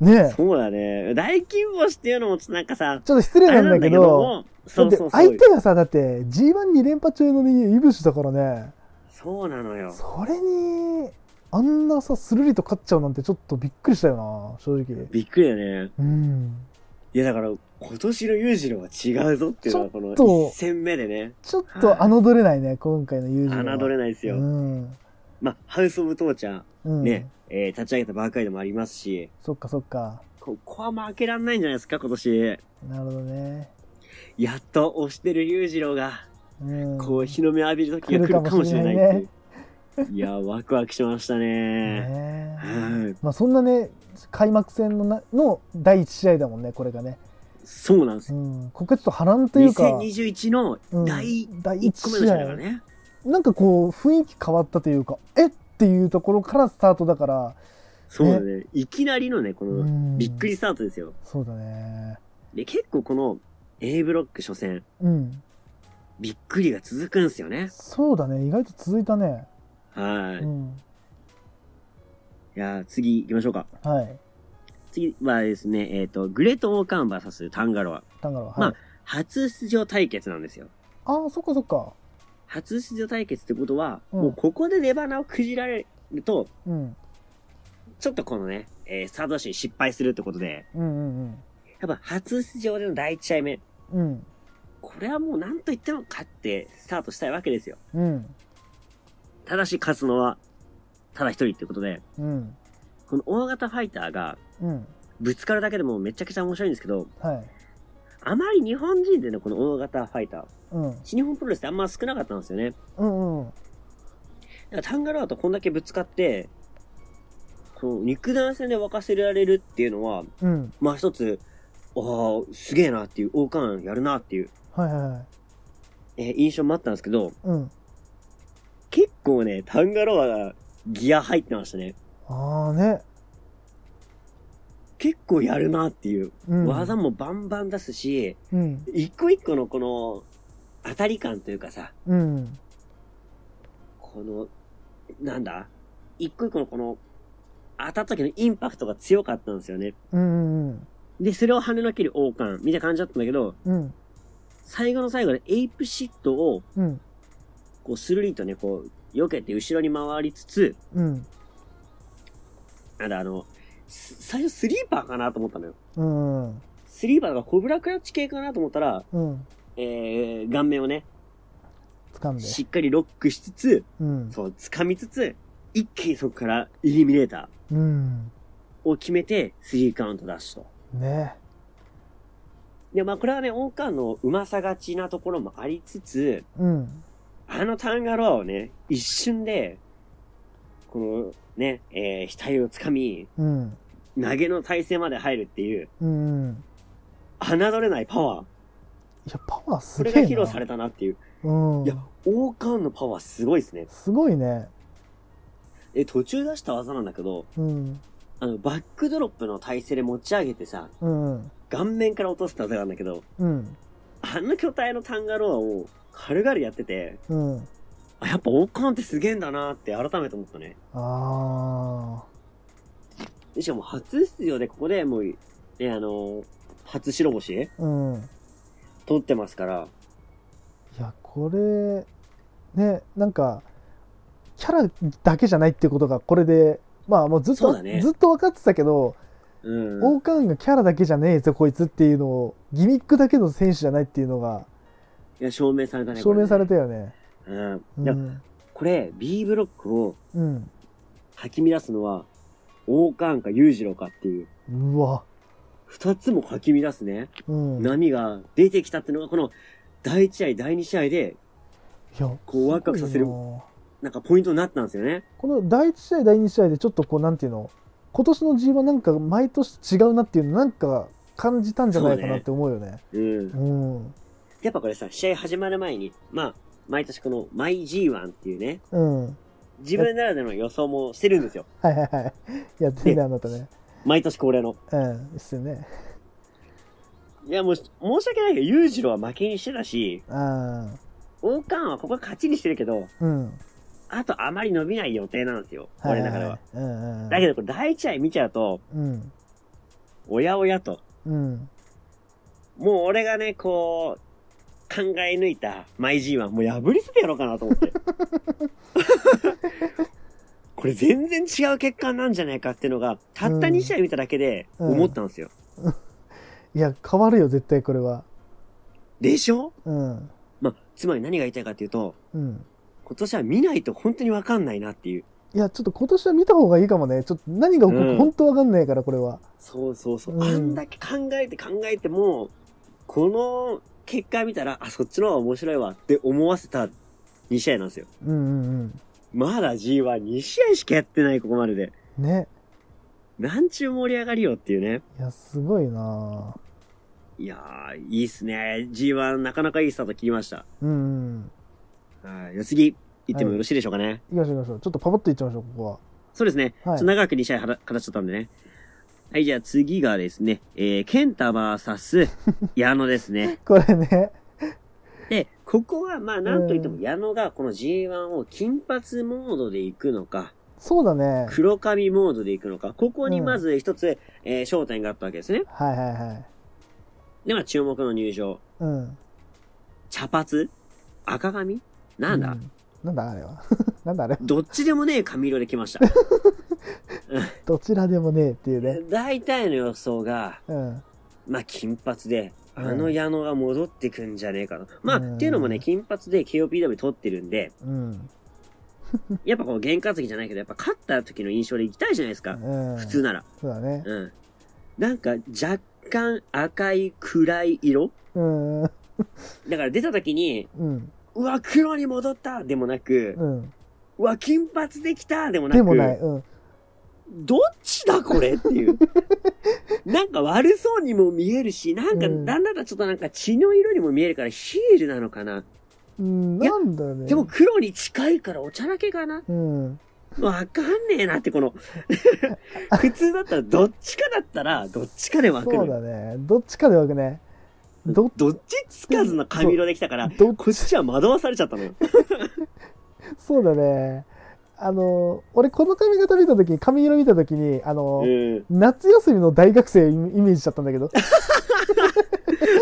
[SPEAKER 1] ね。
[SPEAKER 2] そうだね。大金星っていうのもちょっとなんかさ、
[SPEAKER 1] ちょっと失礼
[SPEAKER 2] あれ
[SPEAKER 1] なん
[SPEAKER 2] な
[SPEAKER 1] だ
[SPEAKER 2] んだ
[SPEAKER 1] け
[SPEAKER 2] けど
[SPEAKER 1] ど、
[SPEAKER 2] も、そうそう
[SPEAKER 1] だっ
[SPEAKER 2] そ
[SPEAKER 1] て
[SPEAKER 2] う。
[SPEAKER 1] 相手がさ、だって G12 連覇中のね、イブシだからね、
[SPEAKER 2] そうなのよ。
[SPEAKER 1] それに、あんなさ、スルリと勝っちゃうなんてちょっとびっくりしたよな、正直。
[SPEAKER 2] びっくりだね。
[SPEAKER 1] うん。
[SPEAKER 2] いやだから、今年の裕次郎は違うぞっていうのは、この
[SPEAKER 1] ちょっと
[SPEAKER 2] 一戦目でね、
[SPEAKER 1] ちょっと侮れないね、今回の友人
[SPEAKER 2] 侮れ
[SPEAKER 1] ない
[SPEAKER 2] ないですよ。
[SPEAKER 1] うん。
[SPEAKER 2] まあ、ハウス・オブ・トーチャ
[SPEAKER 1] う
[SPEAKER 2] ー、
[SPEAKER 1] ん。
[SPEAKER 2] ね、えー立ち上げたばっかりでもありますし、
[SPEAKER 1] そっかそっか。
[SPEAKER 2] ここは負けらんないんじゃないですか、今年。
[SPEAKER 1] なるほどね。
[SPEAKER 2] やっと押してる裕次郎が、
[SPEAKER 1] うん。
[SPEAKER 2] こう、日の目浴びる時が来るかもしれないっていう。いや、ワクワクしましたね。
[SPEAKER 1] ね
[SPEAKER 2] はい
[SPEAKER 1] まあそんなね、開幕戦のなの第一試合だもんね、これがね。
[SPEAKER 2] そうなんです
[SPEAKER 1] う
[SPEAKER 2] よ。
[SPEAKER 1] ん。ここちょっと波乱というか。
[SPEAKER 2] 2021の
[SPEAKER 1] うん
[SPEAKER 2] 第
[SPEAKER 1] 第
[SPEAKER 2] 1個目の試合だからね。
[SPEAKER 1] なんかこう雰囲気変わったというかえっていうところからスタートだから、
[SPEAKER 2] そうだね。いきなりのね、こ
[SPEAKER 1] う
[SPEAKER 2] の、
[SPEAKER 1] ん、
[SPEAKER 2] びっくりスタートですよ。
[SPEAKER 1] そうだね
[SPEAKER 2] で、結構この A ブロック初戦、
[SPEAKER 1] うん
[SPEAKER 2] びっくりが続くんですよね。
[SPEAKER 1] そうだね意外と続いたね
[SPEAKER 2] は
[SPEAKER 1] う
[SPEAKER 2] い。い
[SPEAKER 1] ん
[SPEAKER 2] やー、次行きましょうか。
[SPEAKER 1] はい
[SPEAKER 2] 次はですね、えっ、と、グレート・ウォーカーン VS タンガロア。
[SPEAKER 1] だからはい、
[SPEAKER 2] ま初出場対決なんですよ。
[SPEAKER 1] ああそっかそっか
[SPEAKER 2] 初出場対決ってことは、
[SPEAKER 1] うん
[SPEAKER 2] もうここで出花をくじられると、
[SPEAKER 1] うん
[SPEAKER 2] ちょっとこのね、えー、スタートし失敗するってことで、
[SPEAKER 1] うんうん
[SPEAKER 2] やっぱ初出場での第一試合目、
[SPEAKER 1] うんうん
[SPEAKER 2] これはもうなんと言っても勝ってスタートしたいわけですよ。
[SPEAKER 1] うん
[SPEAKER 2] ただし勝つのは、ただ一人ってことで、
[SPEAKER 1] うん
[SPEAKER 2] この大型ファイターが、
[SPEAKER 1] うん
[SPEAKER 2] ぶつかるだけでもめちゃくちゃ面白いんですけど、
[SPEAKER 1] はい
[SPEAKER 2] あまり日本人でのこの大型ファイター、
[SPEAKER 1] うん
[SPEAKER 2] 新日本プロレスってあんま少なかったんですよね。
[SPEAKER 1] うんうん
[SPEAKER 2] だからタンガロアとこんだけぶつかって、こう肉弾戦で沸かせられるっていうのは、
[SPEAKER 1] うん。
[SPEAKER 2] まあ一つ、ああ、すげえなっていう、王冠やるなっていう、
[SPEAKER 1] はいはいはい。
[SPEAKER 2] えー印象もあったんですけど、
[SPEAKER 1] うん。
[SPEAKER 2] 結構ね、タンガロアがギア入ってましたね。
[SPEAKER 1] ああね。
[SPEAKER 2] 結構やるなっていう。
[SPEAKER 1] うん。
[SPEAKER 2] 技もバンバン出すし、
[SPEAKER 1] うん。
[SPEAKER 2] 一個一個のこの、当たり感というかさ、
[SPEAKER 1] うん。
[SPEAKER 2] この、なんだ一個一個のこの、当たった時のインパクトが強かったんですよね。
[SPEAKER 1] うん。うん。
[SPEAKER 2] で、それを跳ねのける王冠、みたいな感じだったんだけど、
[SPEAKER 1] うん。
[SPEAKER 2] 最後の最後でエイプシットを、
[SPEAKER 1] うん。
[SPEAKER 2] こう、スルリとね、こう、避けて後ろに回りつつ、
[SPEAKER 1] うん。
[SPEAKER 2] なんだ、あの、す最初スリーパーかなと思ったのよ。
[SPEAKER 1] うん。
[SPEAKER 2] スリーパーがコブラクラッチ系かなと思ったら、
[SPEAKER 1] うん。
[SPEAKER 2] えー、顔面をね、
[SPEAKER 1] 掴んで。
[SPEAKER 2] しっかりロックしつつ、
[SPEAKER 1] うん。
[SPEAKER 2] そう、掴みつつ、一気にそこからイリミネータ
[SPEAKER 1] うん。
[SPEAKER 2] ーを決めて、スリーカウントダッシュと。
[SPEAKER 1] ね。
[SPEAKER 2] で、まあこれはね、王冠のうまさがちなところもありつつ、
[SPEAKER 1] うん。
[SPEAKER 2] あのタンガロアをね、一瞬で、このね、えー、額を掴み、
[SPEAKER 1] うん。
[SPEAKER 2] 投げの体勢まで入るっていう、
[SPEAKER 1] うん。
[SPEAKER 2] 侮れないパワー。
[SPEAKER 1] いや、パワーす
[SPEAKER 2] こ
[SPEAKER 1] げ
[SPEAKER 2] れ
[SPEAKER 1] え
[SPEAKER 2] が
[SPEAKER 1] な。
[SPEAKER 2] 披露されたなっていう。
[SPEAKER 1] うん
[SPEAKER 2] い。や、王冠のパワーすごいですね。
[SPEAKER 1] すごいね。
[SPEAKER 2] え、途中出した技なんだけど、
[SPEAKER 1] うん。
[SPEAKER 2] あの、バックドロップの体勢で持ち上げてさ、
[SPEAKER 1] うん。
[SPEAKER 2] 顔面から落とす技なんだけど、
[SPEAKER 1] うん。
[SPEAKER 2] あの巨体のタンガロアを軽々やってて、
[SPEAKER 1] うん。
[SPEAKER 2] あ、やっぱ王冠ってすげえんだなって改めて思ったね。
[SPEAKER 1] あ
[SPEAKER 2] でしかも初出場でここでもう、ね、あのー初白星
[SPEAKER 1] あ。うん。い
[SPEAKER 2] 取ってますから、
[SPEAKER 1] や、これ、ね、なんか、キャラだけじゃないっていうことが、これで、まあもうずっ
[SPEAKER 2] そう
[SPEAKER 1] と、
[SPEAKER 2] だね
[SPEAKER 1] ずっと分かってたけど、
[SPEAKER 2] うん。
[SPEAKER 1] 王冠がキャラだけじゃねえぞ、こいつっていうのを、ギミックだけの選手じゃないっていうのが、
[SPEAKER 2] いや、証明されたね。
[SPEAKER 1] 証明され
[SPEAKER 2] た。
[SPEAKER 1] たよね。
[SPEAKER 2] うん。
[SPEAKER 1] う
[SPEAKER 2] いや、
[SPEAKER 1] ん。
[SPEAKER 2] これ、B ブロックを
[SPEAKER 1] うん。
[SPEAKER 2] かき乱すのは、王冠か裕次郎かっていう、
[SPEAKER 1] うわ。
[SPEAKER 2] 二つもかき乱すね、
[SPEAKER 1] うん。い
[SPEAKER 2] 波が出てきたっていうのが、この、第1試合、第2試合で、
[SPEAKER 1] や、
[SPEAKER 2] こうワクワクさせ
[SPEAKER 1] す
[SPEAKER 2] る
[SPEAKER 1] ごいな
[SPEAKER 2] なんかポイントになったんですよね。
[SPEAKER 1] この第1試合、第2試合でちょっとこう、なんていうの、今年の G1 なんか毎年違うなっていうの、なんか感じたんじゃないかなって思うよね。
[SPEAKER 2] うん
[SPEAKER 1] う。ん。
[SPEAKER 2] やっぱこれさ、試合始まる前に、まあ、毎年この、マイ G1 っていうね、
[SPEAKER 1] うん。
[SPEAKER 2] 自分ならでの予想もしてるんですよ。
[SPEAKER 1] はいはいはい。やってるね、あなたね。
[SPEAKER 2] 毎年恒例の。
[SPEAKER 1] うん、してね。
[SPEAKER 2] いや、もう、申し訳ないけど、裕次郎は負けにしてたし、
[SPEAKER 1] あ
[SPEAKER 2] 王冠はここは勝ちにしてるけど、
[SPEAKER 1] ーうん。
[SPEAKER 2] あとあまり伸びない予定なんですよ。
[SPEAKER 1] はい
[SPEAKER 2] 俺
[SPEAKER 1] はい
[SPEAKER 2] の中で
[SPEAKER 1] は
[SPEAKER 2] は。
[SPEAKER 1] い。うんうん。
[SPEAKER 2] だけど、これ第一試合見ちゃうと、
[SPEAKER 1] うん。
[SPEAKER 2] おやおやと。
[SPEAKER 1] うん。
[SPEAKER 2] もう俺がね、こう、考え抜いたマイ G はもう破り捨ててやろうかなと思って。 これ全然違う結果なんじゃないかっていうのが、たった2試合見ただけで思ったんですよ。
[SPEAKER 1] いや、変わるよ、絶対これは。
[SPEAKER 2] でしょ
[SPEAKER 1] うん。
[SPEAKER 2] まあ、つまり何が言いたいかっていうと、
[SPEAKER 1] うん。
[SPEAKER 2] 今年は見ないと本当にわかんないなっていう。
[SPEAKER 1] いや、ちょっと今年は見た方がいいかもね。ちょっと何が起こる
[SPEAKER 2] うん
[SPEAKER 1] か本当わかんないから、これは。
[SPEAKER 2] そうそうそう。
[SPEAKER 1] うん
[SPEAKER 2] あんだけ考えて考えても、この結果見たら、あ、そっちの方が面白いわって思わせた2試合なんですよ。
[SPEAKER 1] うんうん
[SPEAKER 2] まだ G は2試合しかやってない、ここまでで。
[SPEAKER 1] うん。ね。
[SPEAKER 2] なんちゅう盛り上がりよっていうね。
[SPEAKER 1] いや、すごいなぁ
[SPEAKER 2] いやー、いいっすね。G1 なかなかいいスタート切りました。
[SPEAKER 1] うんうん。
[SPEAKER 2] はい。じゃあ次、行ってもよろしいでしょうかね。
[SPEAKER 1] 行きましょう行きましょう。ちょっとパパッといっちゃいましょう、ここは。
[SPEAKER 2] そうですね。
[SPEAKER 1] はい
[SPEAKER 2] ちょっと長く2試合はら語っちゃったんでね。はい、じゃあ次がですね、えー、ケンタバーサス、矢野ですね。
[SPEAKER 1] これね。
[SPEAKER 2] で、ここは、まあ、なんといっても、矢野がこの G1 を金髪モードで行くのか、
[SPEAKER 1] そうだね。
[SPEAKER 2] 黒髪モードで行くのか、ここにまず一つ、えー焦点があったわけですね。
[SPEAKER 1] はいはいはい。
[SPEAKER 2] で、まあ、注目の入場。
[SPEAKER 1] うん。
[SPEAKER 2] 茶髪赤髪なんだ、
[SPEAKER 1] うなんだあれは。 なんだあれは。
[SPEAKER 2] どっちでもねえ髪色で来ま した。
[SPEAKER 1] どちらでもねえっていうね。
[SPEAKER 2] 大体の予想が、
[SPEAKER 1] うん。
[SPEAKER 2] まあ、金髪で、あ
[SPEAKER 1] うん
[SPEAKER 2] の矢野が戻ってくんじゃねえかな。まあ、
[SPEAKER 1] うん
[SPEAKER 2] っていうのもね、金髪で KOPW 取ってるんで、
[SPEAKER 1] うん。
[SPEAKER 2] やっぱこう、験担ぎじゃないけど、やっぱ勝った時の印象で行きたいじゃないですか。
[SPEAKER 1] うん。
[SPEAKER 2] 普通なら。
[SPEAKER 1] そうだね。
[SPEAKER 2] うん。なんか若干赤い暗い色
[SPEAKER 1] うん。う
[SPEAKER 2] だから出た時に、
[SPEAKER 1] ん。
[SPEAKER 2] うわ、黒に戻ったでもなく、
[SPEAKER 1] うん。
[SPEAKER 2] うわ、金髪できたでもなく、
[SPEAKER 1] でもない、うん。
[SPEAKER 2] どっちだこれって いう。なんか悪そうにも見えるし、なんか、
[SPEAKER 1] うん
[SPEAKER 2] なんだらちょっとなんか血の色にも見えるからヒールなのかな。
[SPEAKER 1] うん、
[SPEAKER 2] いや
[SPEAKER 1] なんだろうね。
[SPEAKER 2] でも、黒に近いからおちゃらけかな。
[SPEAKER 1] うん。
[SPEAKER 2] わかんねえなって、この、普通だったらどっちかだったら、どっちかでわか
[SPEAKER 1] そう
[SPEAKER 2] る。
[SPEAKER 1] だね。どっちかでわくね。ど、
[SPEAKER 2] どっちつかずの髪色できたから、
[SPEAKER 1] どっ
[SPEAKER 2] こっちは惑わされちゃったのよ。
[SPEAKER 1] そうだね。あの、俺この髪型見たときに、髪色見たときに、あの、
[SPEAKER 2] うん。
[SPEAKER 1] 夏休みの大学生イメージしちゃったんだけど、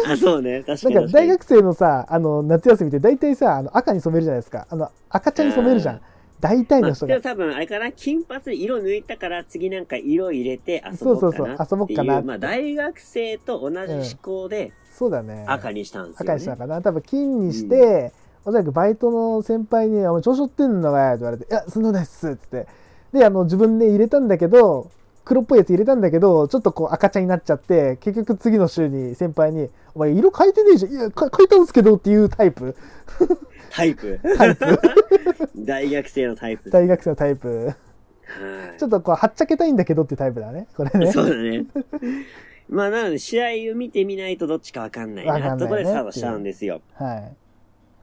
[SPEAKER 2] あ、そうね。確か
[SPEAKER 1] なんか
[SPEAKER 2] に確か
[SPEAKER 1] 大
[SPEAKER 2] に。
[SPEAKER 1] 学生のさ、あの、夏休みって大体さ、あの赤に染めるじゃないですか。あの、赤茶に染めるじゃ
[SPEAKER 2] うん
[SPEAKER 1] ん。大体
[SPEAKER 2] ま
[SPEAKER 1] の
[SPEAKER 2] あ
[SPEAKER 1] 人
[SPEAKER 2] で
[SPEAKER 1] が
[SPEAKER 2] も。多分、あれかな、金髪色抜いたから、次なんか色入れて遊
[SPEAKER 1] そ
[SPEAKER 2] ぼ
[SPEAKER 1] うそうう
[SPEAKER 2] か
[SPEAKER 1] そう、
[SPEAKER 2] なっていう。
[SPEAKER 1] 遊ぼっかなって
[SPEAKER 2] まあ、大学生と同じ思考で
[SPEAKER 1] そうだね。
[SPEAKER 2] 赤にしたんです
[SPEAKER 1] 赤
[SPEAKER 2] よ、
[SPEAKER 1] にした
[SPEAKER 2] ね
[SPEAKER 1] のかな。多分金にして、おそらくバイトの先輩に、あ、お前調子乗ってんのかよって言われて、いや、そんなことないっすって言って。で、あの、自分で入れたんだけど、黒っぽいやつ入れたんだけど、ちょっとこう赤茶になっちゃって、結局次の週に先輩に、お前色変えてねえじゃん。いや、か変えたんですけどっていうタイプ。
[SPEAKER 2] タイプ。 大学生のタイプ。
[SPEAKER 1] 大学生のタイプ。
[SPEAKER 2] はい
[SPEAKER 1] ちょっとこう、はっちゃけたいんだけどっていうタイプだね。これね。
[SPEAKER 2] そうだね。まあ、なので、試合を見てみないとどっちかわかんないな
[SPEAKER 1] わかんないね
[SPEAKER 2] ところでスタートしたんですよ。
[SPEAKER 1] は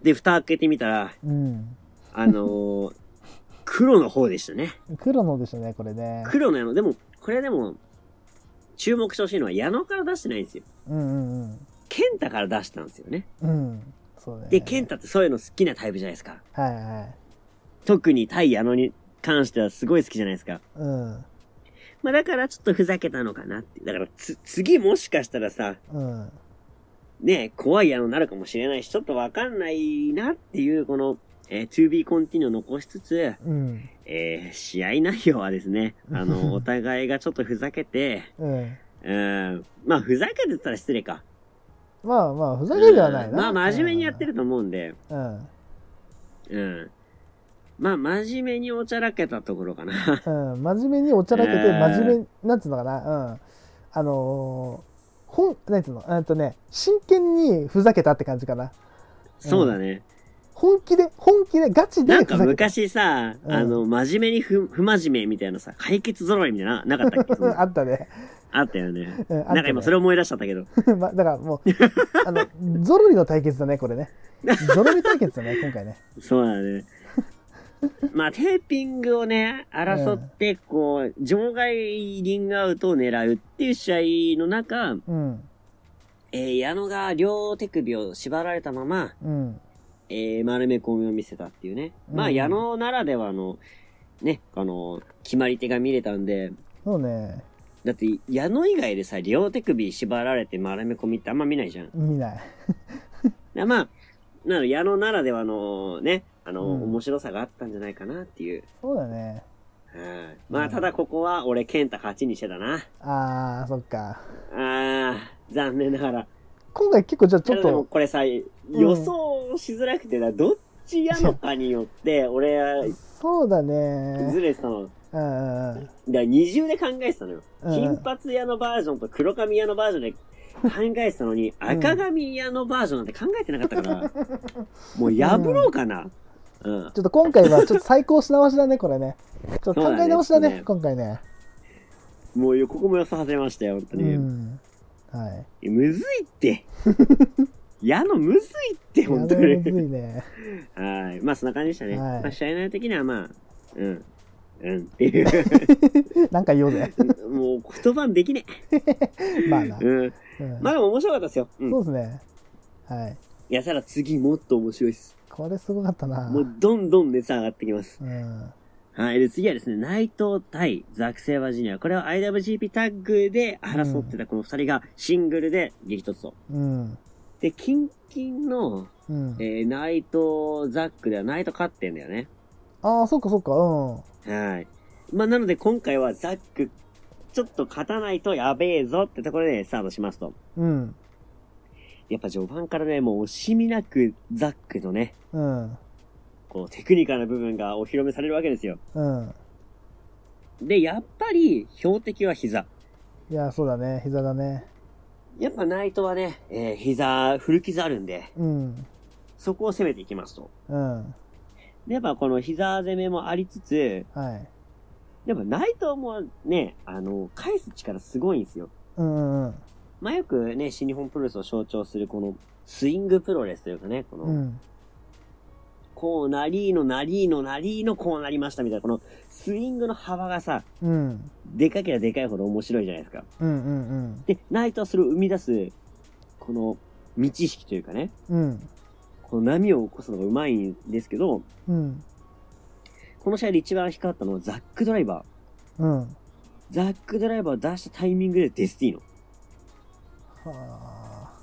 [SPEAKER 1] い。
[SPEAKER 2] で、蓋開けてみたら、
[SPEAKER 1] うん。
[SPEAKER 2] あのー 黒の方でしたね。
[SPEAKER 1] 黒のですね、これね。
[SPEAKER 2] 黒の矢野。でも、これでも、注目してほしいのは矢野から出してないんですよ。
[SPEAKER 1] うんうん
[SPEAKER 2] 健太から出したんですよね。
[SPEAKER 1] うん。うん。そうね。
[SPEAKER 2] で、健太ってそういうの好きなタイプじゃないですか。
[SPEAKER 1] はいはい。
[SPEAKER 2] 特に対矢野に関してはすごい好きじゃないですか。
[SPEAKER 1] うん。
[SPEAKER 2] まあだからちょっとふざけたのかなって。だからつ、次もしかしたらさ、
[SPEAKER 1] うん。
[SPEAKER 2] ねえ、怖い矢野になるかもしれないし、ちょっとわかんないなっていう、この、えー to be continue を残しつつ、
[SPEAKER 1] うん。
[SPEAKER 2] えー試合内容はですね、あの、お互いがちょっとふざけて、
[SPEAKER 1] うん。
[SPEAKER 2] うん、まあふざけてたら失礼か。
[SPEAKER 1] まあまあ、ふざけではない
[SPEAKER 2] うんま
[SPEAKER 1] な。
[SPEAKER 2] あ真面目にやって
[SPEAKER 1] る。
[SPEAKER 2] ると思うんで、
[SPEAKER 1] うん。
[SPEAKER 2] うん。まあ真面目におちゃらけたところかな。
[SPEAKER 1] うん。真面目におちゃらけて、
[SPEAKER 2] うん
[SPEAKER 1] 真面目、なんつうのかな。うん。あのー、本、なんつうの、えっとね、真剣にふざけたって感じかな。
[SPEAKER 2] そうだね。
[SPEAKER 1] 本気で、本気で、ガチで
[SPEAKER 2] なん
[SPEAKER 1] ふ
[SPEAKER 2] か
[SPEAKER 1] ざけた。
[SPEAKER 2] 昔さ、
[SPEAKER 1] うん
[SPEAKER 2] あの、真面目に不不真面目みたいなさ、解決揃いみたいな、なかったっけそ ん
[SPEAKER 1] うん、あ
[SPEAKER 2] な
[SPEAKER 1] ったね。
[SPEAKER 2] あったよね。
[SPEAKER 1] うん、あったね
[SPEAKER 2] なんか今それ思い出しちゃったけど。
[SPEAKER 1] まあ、だからもう、あの、ゾロリの対決だね、これね。ゾロリ対決だね、今回ね。
[SPEAKER 2] そうだ ね。まあ、テーピングをね、争って、こう、場外リングアウトを狙うっていう試合の中、
[SPEAKER 1] うん、
[SPEAKER 2] えー、矢野が両手首を縛られたまま、
[SPEAKER 1] うん、
[SPEAKER 2] えー、丸め込みを見せたっていうね。まあ、
[SPEAKER 1] うん
[SPEAKER 2] 矢野ならではの、ね、あの、決まり手が見れたんで、
[SPEAKER 1] そうね、
[SPEAKER 2] だって、矢野以外でさ、両手首縛られて丸め込みってあんま見ないじゃん。
[SPEAKER 1] 見ない。
[SPEAKER 2] でまあ、なので矢野ならではのね、あの、
[SPEAKER 1] うん
[SPEAKER 2] 面白さがあったんじゃないかなっていう。
[SPEAKER 1] そうだね。
[SPEAKER 2] はい。ま
[SPEAKER 1] う
[SPEAKER 2] あ、
[SPEAKER 1] ん
[SPEAKER 2] ただここは俺、健太勝ちにしてたな。
[SPEAKER 1] あー、そっか。
[SPEAKER 2] あー、残念ながら。
[SPEAKER 1] 今回結構じゃあち
[SPEAKER 2] た
[SPEAKER 1] ょ
[SPEAKER 2] だ
[SPEAKER 1] っ
[SPEAKER 2] でも
[SPEAKER 1] と、
[SPEAKER 2] これさ、予想しづらくてな、どっち矢野かによって、俺は
[SPEAKER 1] そうだね。
[SPEAKER 2] ずれてたの。
[SPEAKER 1] うん、うん
[SPEAKER 2] だから二重で考えてたの
[SPEAKER 1] う
[SPEAKER 2] よ。
[SPEAKER 1] ん
[SPEAKER 2] 金髪矢野バージョンと黒髪矢野バージョンで考えてたのに、
[SPEAKER 1] ん
[SPEAKER 2] 赤髪矢野バージョンなんて考えてなかったから、もう破ろうかな。うん。
[SPEAKER 1] ちょっと今回はちょっと最高し直しだね、これね。ちょっと考え直しだ
[SPEAKER 2] そうだ
[SPEAKER 1] ね
[SPEAKER 2] ね、
[SPEAKER 1] 今回ね。
[SPEAKER 2] もうここも予想外れましたよ、本当
[SPEAKER 1] う
[SPEAKER 2] に。
[SPEAKER 1] ん。はい。
[SPEAKER 2] むず いって。矢野むずいって、
[SPEAKER 1] や
[SPEAKER 2] 本当
[SPEAKER 1] べえ、むずい
[SPEAKER 2] に。
[SPEAKER 1] ね。
[SPEAKER 2] はい。まあそんな感じでしたね。
[SPEAKER 1] はい
[SPEAKER 2] まあ試合内容的にはまあ、うん。うんっていう。
[SPEAKER 1] なんか言おうぜ。
[SPEAKER 2] もう言葉にできね
[SPEAKER 1] まあな。
[SPEAKER 2] え。うん。
[SPEAKER 1] うん
[SPEAKER 2] まあでも面白かったですよ。うん。い
[SPEAKER 1] そうですね。はい。
[SPEAKER 2] や、ただ次もっと面白いです。
[SPEAKER 1] これすごかったな。
[SPEAKER 2] もうどんどん熱上がってきます。
[SPEAKER 1] うん。
[SPEAKER 2] はい。で、次はですね、内藤対ザクセイバージュニア。これは IWGP タッグで争ってたこの二人がシングルで激突と。
[SPEAKER 1] うん。
[SPEAKER 2] で、キンキンの、
[SPEAKER 1] うん。
[SPEAKER 2] えー、内藤ザックでは内藤勝ってんだよね。
[SPEAKER 1] ああ、そっかそっか、うん。
[SPEAKER 2] はい。まあ、なので今回はザック、ちょっと勝たないとやべえぞってところでスタートしますと。
[SPEAKER 1] うん。
[SPEAKER 2] やっぱ序盤からね、もう惜しみなくザックのね、
[SPEAKER 1] うん。
[SPEAKER 2] こうテクニカルな部分がお披露目されるわけですよ。
[SPEAKER 1] うん。
[SPEAKER 2] で、やっぱり標的は膝。
[SPEAKER 1] いや、そうだね。膝だね。
[SPEAKER 2] やっぱナイトはね、えー膝、古傷あるんで、
[SPEAKER 1] うん。
[SPEAKER 2] そこを攻めていきますと。
[SPEAKER 1] うん。
[SPEAKER 2] で、やっぱこの膝攻めもありつつ、
[SPEAKER 1] はい。
[SPEAKER 2] やっぱ内藤もね、あの、返す力すごいんですよ。
[SPEAKER 1] うんうんうん。
[SPEAKER 2] まあ、よくね、新日本プロレスを象徴するこのスイングプロレスというかね、この、
[SPEAKER 1] うん。
[SPEAKER 2] こうなりーのなりーのなりーのこうなりましたみたいな、このスイングの幅がさ、
[SPEAKER 1] うん。
[SPEAKER 2] でかけりゃでかいほど面白いじゃないですか。
[SPEAKER 1] うんうん
[SPEAKER 2] で、ナイトはそれを生み出す、この、未知識というかね、
[SPEAKER 1] うん。うん。
[SPEAKER 2] この波を起こすのがうまいんですけど、
[SPEAKER 1] うん。
[SPEAKER 2] この試合で一番光ったのはザックドライバー。
[SPEAKER 1] うん。は
[SPEAKER 2] ザックドライバーを出したタイミングでデスティーノ。
[SPEAKER 1] あ。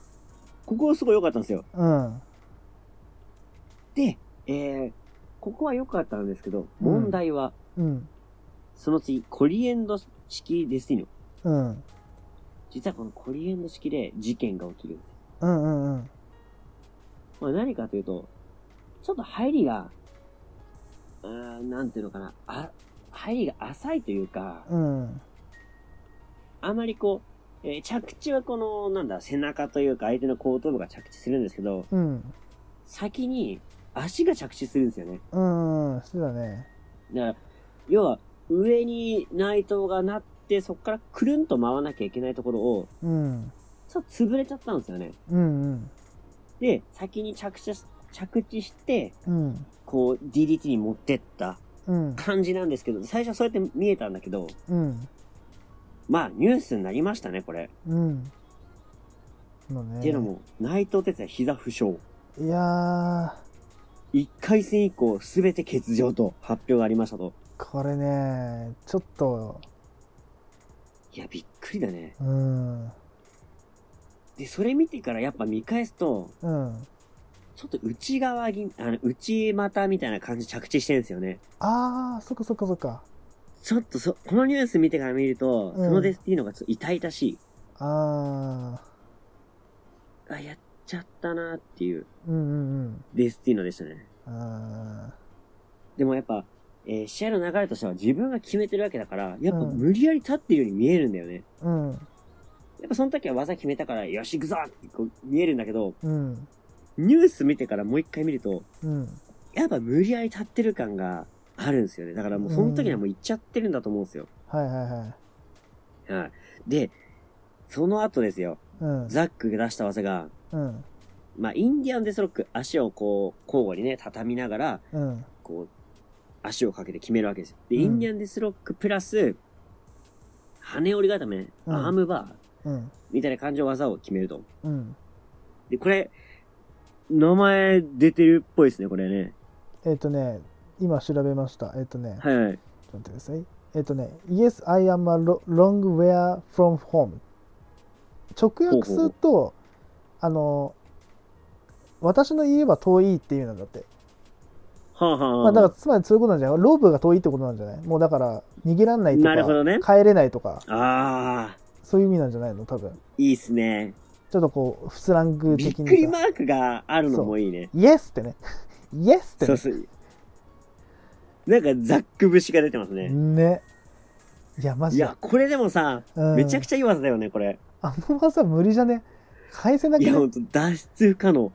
[SPEAKER 2] ここすごい良かったんですよ。
[SPEAKER 1] うん。
[SPEAKER 2] で、えー、ここは良かったんですけど、
[SPEAKER 1] うん
[SPEAKER 2] 問題は、
[SPEAKER 1] うん。
[SPEAKER 2] その次、コリエンド式デスティーノ。
[SPEAKER 1] うん。
[SPEAKER 2] 実はこのコリエンド式で事件が起きるんですよ。
[SPEAKER 1] うんうんうん。
[SPEAKER 2] まあ何かというと、ちょっと入りが、うーん、なんていうのかな、あ、入りが浅いというか、
[SPEAKER 1] うん。
[SPEAKER 2] あまりこう、えー着地はこの、なんだ、背中というか相手の後頭部が着地するんですけど、
[SPEAKER 1] うん。
[SPEAKER 2] 先に足が着地するんですよね。
[SPEAKER 1] うんうん。そうだね。
[SPEAKER 2] だから、要は、上に内藤がなって、そこからくるんと回らなきゃいけないところを、
[SPEAKER 1] うん。
[SPEAKER 2] ちょっと潰れちゃったんですよね。
[SPEAKER 1] うんうん。
[SPEAKER 2] で、先に着地し、着地して、
[SPEAKER 1] うん。
[SPEAKER 2] こう、DDT に持ってった
[SPEAKER 1] うん。
[SPEAKER 2] 感じなんですけど、最初はそうやって見えたんだけど、
[SPEAKER 1] うん。
[SPEAKER 2] まあ、ニュースになりましたね、これ。
[SPEAKER 1] うん。そうだね。
[SPEAKER 2] っていうのも、内藤哲也膝負傷。
[SPEAKER 1] いやー、
[SPEAKER 2] 1回戦以降、すべて欠場と発表がありましたと。
[SPEAKER 1] これね、ちょっと、
[SPEAKER 2] いや、びっくりだね。
[SPEAKER 1] うん。
[SPEAKER 2] で、それ見てからやっぱ見返すと、
[SPEAKER 1] うん。
[SPEAKER 2] ちょっと内側ぎ、あの、内股みたいな感じで着地してるんですよね。
[SPEAKER 1] あー、そっかそっかそっか。
[SPEAKER 2] ちょっとそ、このニュース見てから見ると、
[SPEAKER 1] うん
[SPEAKER 2] そのデスティーノがちょっと痛々しい。
[SPEAKER 1] あ
[SPEAKER 2] あ、やっちゃったなっていう
[SPEAKER 1] ー、うんうん
[SPEAKER 2] デスティーノでしたね。
[SPEAKER 1] うん。あ
[SPEAKER 2] でもやっぱ、えー試合の流れとしては自分が決めてるわけだから、やっぱ
[SPEAKER 1] うん
[SPEAKER 2] 無理やり立ってるように見えるんだよね。
[SPEAKER 1] ー、うん、
[SPEAKER 2] やっぱその時は技決めたから、よし行くぞってこう見えるんだけど、
[SPEAKER 1] うん、
[SPEAKER 2] ニュース見てからもう一回見ると、
[SPEAKER 1] うん。
[SPEAKER 2] やっぱ無理やり立ってる感があるんですよね。だからもうその時にはもう行っちゃってるんだと思うんですよ。
[SPEAKER 1] はいはいはい。
[SPEAKER 2] はい。で、その後ですよ、
[SPEAKER 1] うん、
[SPEAKER 2] ザックが出した技が、
[SPEAKER 1] うん、
[SPEAKER 2] まあ、インディアンデスロック、足をこう、交互にね、畳みながら、
[SPEAKER 1] うん、
[SPEAKER 2] こう、足をかけて決めるわけですよ。で、
[SPEAKER 1] うん
[SPEAKER 2] インディアンデスロックプラス、羽折り固め、
[SPEAKER 1] うん
[SPEAKER 2] アームバー、
[SPEAKER 1] うん、
[SPEAKER 2] みたいな感じの技を決めると。
[SPEAKER 1] うん。
[SPEAKER 2] で、これ、名前出てるっぽいですね、これね。
[SPEAKER 1] えっ、とね、今調べました。えっ、とね、
[SPEAKER 2] はいはい。
[SPEAKER 1] ちょっと待ってください。えっ、とね、Yes, I am a lo- long way from home. 直訳すると、あの、私の家は遠いっていう意味なんだって。
[SPEAKER 2] はあ、はあ、
[SPEAKER 1] まあ、だからつまりそういうことなんじゃないローブが遠いってことなんじゃないもうだから逃げらんないと
[SPEAKER 2] なるほ
[SPEAKER 1] か、
[SPEAKER 2] どね
[SPEAKER 1] 帰れないとか
[SPEAKER 2] ああ、
[SPEAKER 1] そういう意味なんじゃないの多分
[SPEAKER 2] いいっすね。
[SPEAKER 1] ちょっとこうスラング
[SPEAKER 2] びっ
[SPEAKER 1] 的
[SPEAKER 2] く
[SPEAKER 1] に
[SPEAKER 2] り
[SPEAKER 1] さ
[SPEAKER 2] マークがあるのもいいね。
[SPEAKER 1] イエスってね イエスって
[SPEAKER 2] そうそう。なんかザック節が出てます
[SPEAKER 1] ね
[SPEAKER 2] ね。
[SPEAKER 1] ねいやマ
[SPEAKER 2] い
[SPEAKER 1] ジで
[SPEAKER 2] や、これでもさ、めちゃく
[SPEAKER 1] ち
[SPEAKER 2] ちゃいい技だよね、これ。
[SPEAKER 1] ゃあの技無理じゃね返せなく
[SPEAKER 2] い
[SPEAKER 1] ね
[SPEAKER 2] や、ほんと、脱出不可能。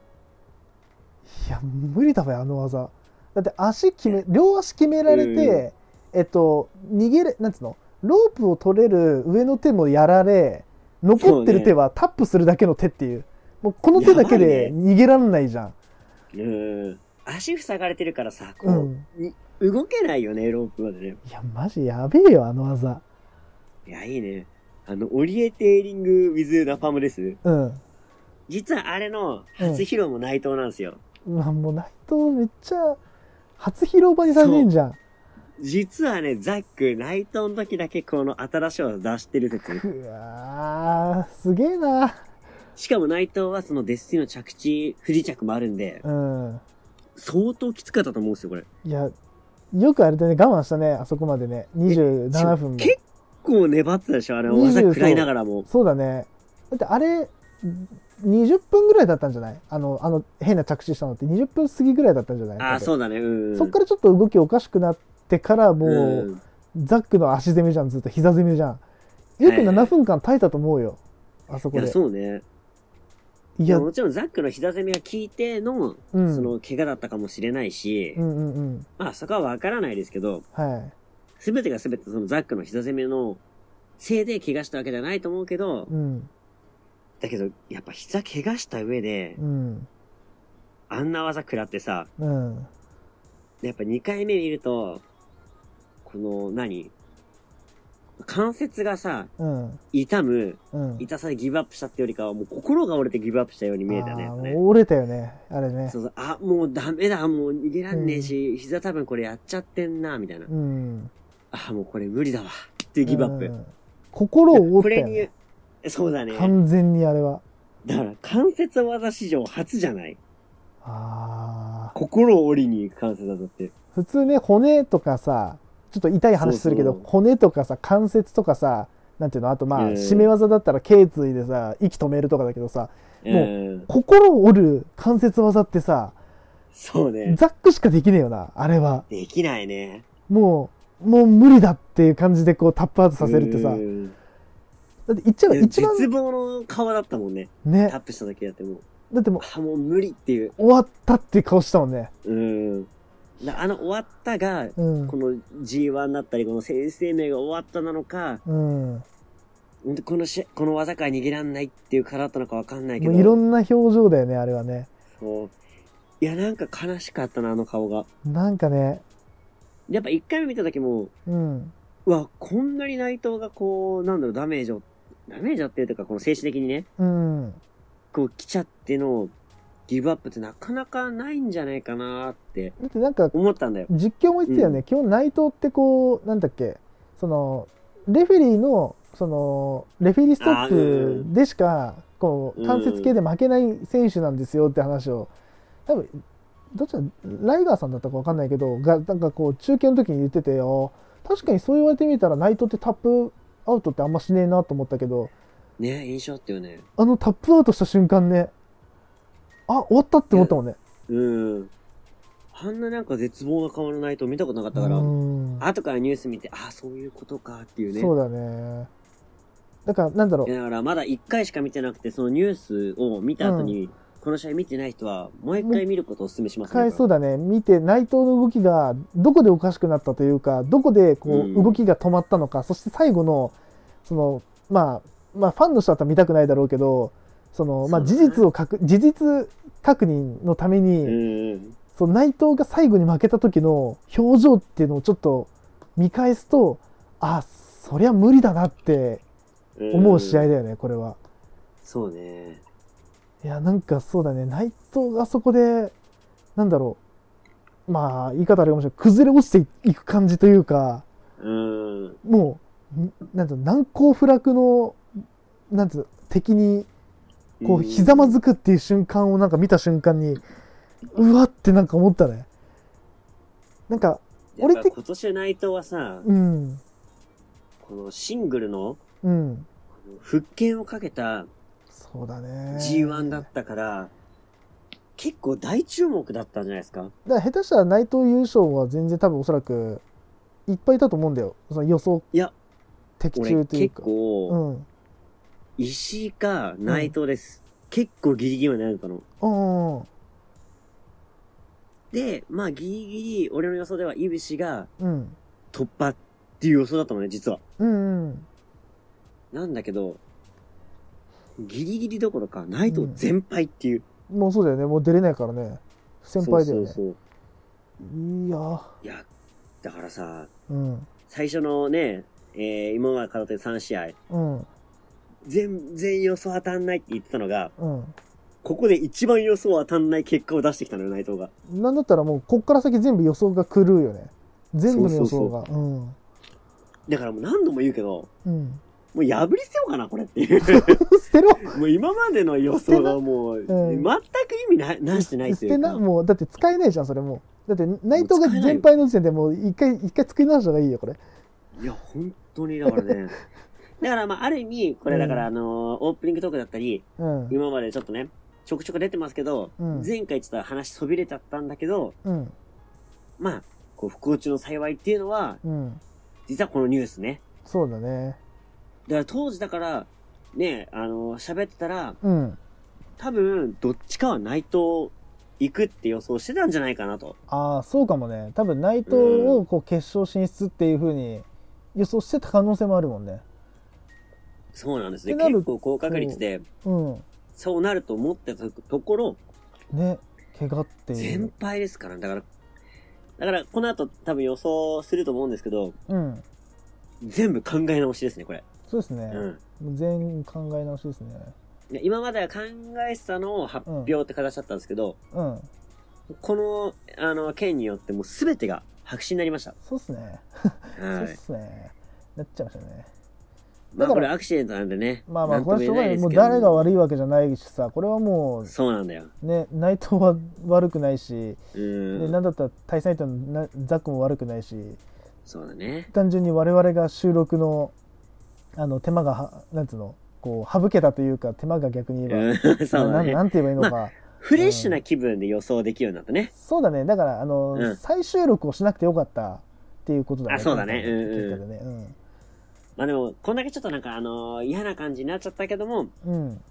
[SPEAKER 1] いや無理だわよあの技だって足決め両足決められて、えっと逃げれなんつうのロープを取れる上の手もやられ残ってる手はタップするだけの手っていうもうこの手だけ
[SPEAKER 2] や
[SPEAKER 1] で
[SPEAKER 2] ば
[SPEAKER 1] 逃げらんないじゃん、
[SPEAKER 2] うーん。足塞がれてるからさ、こ
[SPEAKER 1] う
[SPEAKER 2] う、
[SPEAKER 1] ん
[SPEAKER 2] 動けないよね、ロープまでね。
[SPEAKER 1] いやマジやべえよあの技
[SPEAKER 2] いや、いいね。あの、オリエテーリングウィズラパムです。
[SPEAKER 1] うん
[SPEAKER 2] 実はあれの初披露も内藤なんですよ。
[SPEAKER 1] うわもう内藤めっちゃ初披露場にされてんじゃん
[SPEAKER 2] 実はね、ザック、内藤の時だけこの新しい技出してる説。
[SPEAKER 1] うわーすげえな
[SPEAKER 2] しかも内藤はそのデスティの着地、不時着もあるんで、
[SPEAKER 1] うん
[SPEAKER 2] 相当きつかったと思うんですよ、これ。
[SPEAKER 1] いやよくあれでね我慢したねあそこまでね27分も
[SPEAKER 2] 結構粘ってたでしょあれ、
[SPEAKER 1] 20
[SPEAKER 2] 技食らいながらも。
[SPEAKER 1] そうだね。だってあれ、20分ぐらいだったんじゃないあの、あの、変な着地したのって20分過ぎぐらいだったんじゃない
[SPEAKER 2] ああ、
[SPEAKER 1] 多分
[SPEAKER 2] そうだね、うん。
[SPEAKER 1] そっからちょっと動きおかしくなってから、もう、
[SPEAKER 2] ん
[SPEAKER 1] ザックの足攻めじゃん、ずっと膝攻めじゃん。よく
[SPEAKER 2] はいはい
[SPEAKER 1] 7分間耐えたと思うよ。あそ
[SPEAKER 2] い
[SPEAKER 1] こ
[SPEAKER 2] や、
[SPEAKER 1] で。
[SPEAKER 2] そうね。
[SPEAKER 1] い
[SPEAKER 2] で
[SPEAKER 1] や、
[SPEAKER 2] も
[SPEAKER 1] う
[SPEAKER 2] も
[SPEAKER 1] ん
[SPEAKER 2] ちろんザックの膝攻めが効いての、
[SPEAKER 1] うん
[SPEAKER 2] その怪我だったかもしれないし、
[SPEAKER 1] うんうん。
[SPEAKER 2] まあそこはわからないですけど、
[SPEAKER 1] は
[SPEAKER 2] すべてがすべてそのザックの膝攻めのせいで怪我したわけじゃないと思うけど
[SPEAKER 1] い。う、ん。
[SPEAKER 2] だけどやっぱ膝怪我した上で
[SPEAKER 1] う、ん。
[SPEAKER 2] あんな技食らってさ、
[SPEAKER 1] うん。
[SPEAKER 2] やっぱ2回目見ると、この何関節がさ、
[SPEAKER 1] うん。
[SPEAKER 2] 痛む、
[SPEAKER 1] うん。
[SPEAKER 2] 痛さでギブアップしたってよりかは、もう心が折れてギブアップしたように見えたね。
[SPEAKER 1] あ
[SPEAKER 2] やっ
[SPEAKER 1] ー
[SPEAKER 2] ぱね
[SPEAKER 1] もう折れたよね。あれね
[SPEAKER 2] そ。うそう、あ、もうダメだ、もう逃げらんねえし、膝多分これやっちゃってんな、みたいな。
[SPEAKER 1] うん。
[SPEAKER 2] あ、もうこれ無理だわ。っていうギブアップ。
[SPEAKER 1] うん心を
[SPEAKER 2] こ
[SPEAKER 1] 折った
[SPEAKER 2] れ
[SPEAKER 1] よ
[SPEAKER 2] に
[SPEAKER 1] ね。、
[SPEAKER 2] そうだね。
[SPEAKER 1] 完全にあれは。
[SPEAKER 2] だから、関節技史上初じゃない
[SPEAKER 1] ああ。
[SPEAKER 2] 心を折りに行く関節技って。
[SPEAKER 1] 普通ね、骨とかさ、ちょっと痛い話するけど、
[SPEAKER 2] そうそう
[SPEAKER 1] 骨とかさ、関節とかさ、なんていうの、あとまあ、
[SPEAKER 2] うん
[SPEAKER 1] 締め技だったら頸椎でさ、息止めるとかだけどさ、
[SPEAKER 2] う。
[SPEAKER 1] もうん心を折る関節技ってさ、
[SPEAKER 2] そうね。
[SPEAKER 1] ザックしかできねえよな、あれは。
[SPEAKER 2] できないね。
[SPEAKER 1] もう、もう無理だっていう感じでこうタップアウトさせるってさ、
[SPEAKER 2] う
[SPEAKER 1] だっ
[SPEAKER 2] ん
[SPEAKER 1] て言っちゃえば一番
[SPEAKER 2] 絶望の顔だったもんね。タ
[SPEAKER 1] ね
[SPEAKER 2] ッ、プした時だってもう、
[SPEAKER 1] だってもう
[SPEAKER 2] あ、もう無理っていう。
[SPEAKER 1] 終わったっていう顔したもんね。
[SPEAKER 2] うん。だあの終わったが、
[SPEAKER 1] うん
[SPEAKER 2] こ。の G1 だったり、この先生名が終わったなのか、
[SPEAKER 1] うん。
[SPEAKER 2] ほんとこのし、この技から逃げらんないっていうからだったのかわかんないけ
[SPEAKER 1] も
[SPEAKER 2] ど。
[SPEAKER 1] ういろんな表情だよね、あれはね。
[SPEAKER 2] そういや、なんか悲しかったな、あの顔が。
[SPEAKER 1] なんかね、
[SPEAKER 2] やっぱ一回目見た時も、
[SPEAKER 1] うん。
[SPEAKER 2] うわ、こんなに内藤がこう、なんだろう、ダメージを、ダメージをっていうとか、この精神的にね、
[SPEAKER 1] うん。
[SPEAKER 2] こう来ちゃっての、ギブアップってなかなかないんじゃないかなって
[SPEAKER 1] だってなんか、
[SPEAKER 2] 思ったんだよ。
[SPEAKER 1] 実況も言ってたよね、
[SPEAKER 2] う
[SPEAKER 1] 基本内藤ってこうなんだっけそのレフェリーのそのレフェリーストッ
[SPEAKER 2] あーう
[SPEAKER 1] プ
[SPEAKER 2] ん
[SPEAKER 1] でしかこ
[SPEAKER 2] う
[SPEAKER 1] うん関節系で負けない選手なんですよって話を多分どっちだライガーさんだったか分かんないけどがなんかこう中継の時に言っててよ確かにそう言われてみたら内藤ってタップアウトってあんましねえなと思ったけど
[SPEAKER 2] ね、印象あったよね。
[SPEAKER 1] あのタップアウトした瞬間ねあ終わったって思ったもんね。
[SPEAKER 2] うん。あんななんか絶望な顔の内藤見たことなかったから、
[SPEAKER 1] うん
[SPEAKER 2] 後からニュース見て、ああ、そういうことかっていうね。
[SPEAKER 1] そうだね。だからなんだろう
[SPEAKER 2] いやだからまだ1回しか見てなくて、そのニュースを見た後に、この試合見てない人は、もう1回見ることをお勧めしま
[SPEAKER 1] 一
[SPEAKER 2] す
[SPEAKER 1] 回そう
[SPEAKER 2] だ。
[SPEAKER 1] だね見て内藤の動きがどこでおかしくなったというかどこでこ
[SPEAKER 2] うん
[SPEAKER 1] う動きが止まったのか、そして最後のその、まあ、まあファンの人だったら見たくないだろうけどその、まあ、
[SPEAKER 2] そ
[SPEAKER 1] 事
[SPEAKER 2] うだね
[SPEAKER 1] 実を確事実確認のために、
[SPEAKER 2] うん。
[SPEAKER 1] その内藤が最後に負けた時の表情っていうのをちょっと見返すとあそりゃ無理だなって思う試合
[SPEAKER 2] ん
[SPEAKER 1] だよね、これは。
[SPEAKER 2] そうね。
[SPEAKER 1] いやなんかそうだね内藤がそこでなんだろうまあ言い方あれかもしれない崩れ落ちていく感じというか
[SPEAKER 2] うん。
[SPEAKER 1] もうんなんていうの難攻不落のなんていうの敵にこうひざまずくっていう瞬間をなんか見た瞬間にうわってなんか思ったねなんか
[SPEAKER 2] 俺
[SPEAKER 1] 俺っ
[SPEAKER 2] っ
[SPEAKER 1] てて
[SPEAKER 2] 今年の内藤はさ、
[SPEAKER 1] うん
[SPEAKER 2] このシングルの
[SPEAKER 1] うん
[SPEAKER 2] 復権をかけた
[SPEAKER 1] そうだね
[SPEAKER 2] G1 だったから、結構大注目だったんじゃないですか。
[SPEAKER 1] だから下手したら内藤優勝は全然多分おそらくいっぱいいたと思うんだよその予想
[SPEAKER 2] いや、
[SPEAKER 1] 的
[SPEAKER 2] 俺
[SPEAKER 1] 中という
[SPEAKER 2] 結
[SPEAKER 1] かう
[SPEAKER 2] 構、
[SPEAKER 1] ん
[SPEAKER 2] 石井か内藤です。結構ギリギリまで悩んだの。
[SPEAKER 1] うんうん
[SPEAKER 2] で、まあギリギリ、俺の予想では、イブシが
[SPEAKER 1] うん
[SPEAKER 2] 突破っていう予想だったのね、実は。
[SPEAKER 1] うんうん
[SPEAKER 2] なんだけど、ギリギリどころか、内藤全敗っていう。
[SPEAKER 1] もうそうだよねもう出れないからね不先輩だよね
[SPEAKER 2] そうそうそう。
[SPEAKER 1] いや
[SPEAKER 2] いや、だからさ、
[SPEAKER 1] うん
[SPEAKER 2] 最初のね、えー、今まで空手3試合、
[SPEAKER 1] うん
[SPEAKER 2] 全然予想当たんないって言ってたのが、
[SPEAKER 1] うん
[SPEAKER 2] ここで一番予想当たんない結果を出してきたのよ、内藤が。
[SPEAKER 1] なんだったらもうこっから先全部予想が狂うよね全部の予想がうん
[SPEAKER 2] だからもう何度も言うけど、
[SPEAKER 1] うん
[SPEAKER 2] もう破り捨てようかな、これっ ていう。
[SPEAKER 1] 捨てろ
[SPEAKER 2] もう今までの予想がもう、
[SPEAKER 1] うん
[SPEAKER 2] 全く意味ななしてない
[SPEAKER 1] 捨
[SPEAKER 2] とい
[SPEAKER 1] て
[SPEAKER 2] う
[SPEAKER 1] な
[SPEAKER 2] か。
[SPEAKER 1] もうだって使えないじゃんそれもうだって内藤が
[SPEAKER 2] もう使えない
[SPEAKER 1] 全敗の時点でもう一回一回作り直した方がいいよこれ
[SPEAKER 2] いや、本当にだからね。 だからまあ、ある意味、これだからあのーオープニングトークだったり、
[SPEAKER 1] うん
[SPEAKER 2] 今までちょっとね、ちょくちょく出てますけど、
[SPEAKER 1] うん
[SPEAKER 2] 前回ちょっと話飛びれちゃったんだけど、
[SPEAKER 1] うん
[SPEAKER 2] まあ、こう、不幸中の幸いっていうのは、
[SPEAKER 1] うん
[SPEAKER 2] 実はこのニュースね。
[SPEAKER 1] そうだね
[SPEAKER 2] だから当時だから、ね、あの、喋ってたら、
[SPEAKER 1] うん
[SPEAKER 2] 多分、どっちかは内藤行くって予想してたんじゃないかなと。
[SPEAKER 1] ああそうかもね多分内藤をこう決勝進出っていうふうに予想してた可能性もあるもんね
[SPEAKER 2] そうなんですね。
[SPEAKER 1] ってなる
[SPEAKER 2] 結構高確率で、
[SPEAKER 1] うん
[SPEAKER 2] そうなると思ってたところ、
[SPEAKER 1] ね怪我ってい
[SPEAKER 2] 先
[SPEAKER 1] う
[SPEAKER 2] 輩ですから、だから、だから、この後多分予想すると思うんですけど、
[SPEAKER 1] うん
[SPEAKER 2] 全部考え直しですね、これ。
[SPEAKER 1] そうですね
[SPEAKER 2] う、ん。
[SPEAKER 1] 全員考え直しですね
[SPEAKER 2] で今までは考えてたのを発表って形だったんですけど、
[SPEAKER 1] うん
[SPEAKER 2] この、あの、件によってもう全てが白紙になりました。
[SPEAKER 1] そうっすねそう
[SPEAKER 2] は
[SPEAKER 1] っ
[SPEAKER 2] い。
[SPEAKER 1] すねなっちゃいましたね
[SPEAKER 2] ま
[SPEAKER 1] だ
[SPEAKER 2] あ
[SPEAKER 1] から
[SPEAKER 2] これアクシデントなんでね。
[SPEAKER 1] まあまあ
[SPEAKER 2] なん
[SPEAKER 1] ことれしょ
[SPEAKER 2] も
[SPEAKER 1] うが
[SPEAKER 2] 言え
[SPEAKER 1] ない
[SPEAKER 2] です
[SPEAKER 1] もう
[SPEAKER 2] けど
[SPEAKER 1] 誰が悪いわけじゃないしさこれはも
[SPEAKER 2] そうなんだよ。
[SPEAKER 1] うね内藤は悪くないし、
[SPEAKER 2] う
[SPEAKER 1] ね、
[SPEAKER 2] ーん。
[SPEAKER 1] なんだったら対戦相手のなザックも悪くないし
[SPEAKER 2] そうだね。
[SPEAKER 1] 単純に我々が収録のあの手間がはなんつうのこう省けたというか手間が逆に言えば、
[SPEAKER 2] うん そうだ
[SPEAKER 1] な
[SPEAKER 2] ね。
[SPEAKER 1] なんて言えばいいのか、
[SPEAKER 2] フレッシュな気分で予想できるようになったね。
[SPEAKER 1] そうだねだからあの、
[SPEAKER 2] うん
[SPEAKER 1] 再収録をしなくてよかったっていうことだね
[SPEAKER 2] あそうだね
[SPEAKER 1] 今回の
[SPEAKER 2] うんうん
[SPEAKER 1] 結果でねうん
[SPEAKER 2] まあでも、こんだけちょっとなんかあのー嫌な感じになっちゃったけども、
[SPEAKER 1] うん、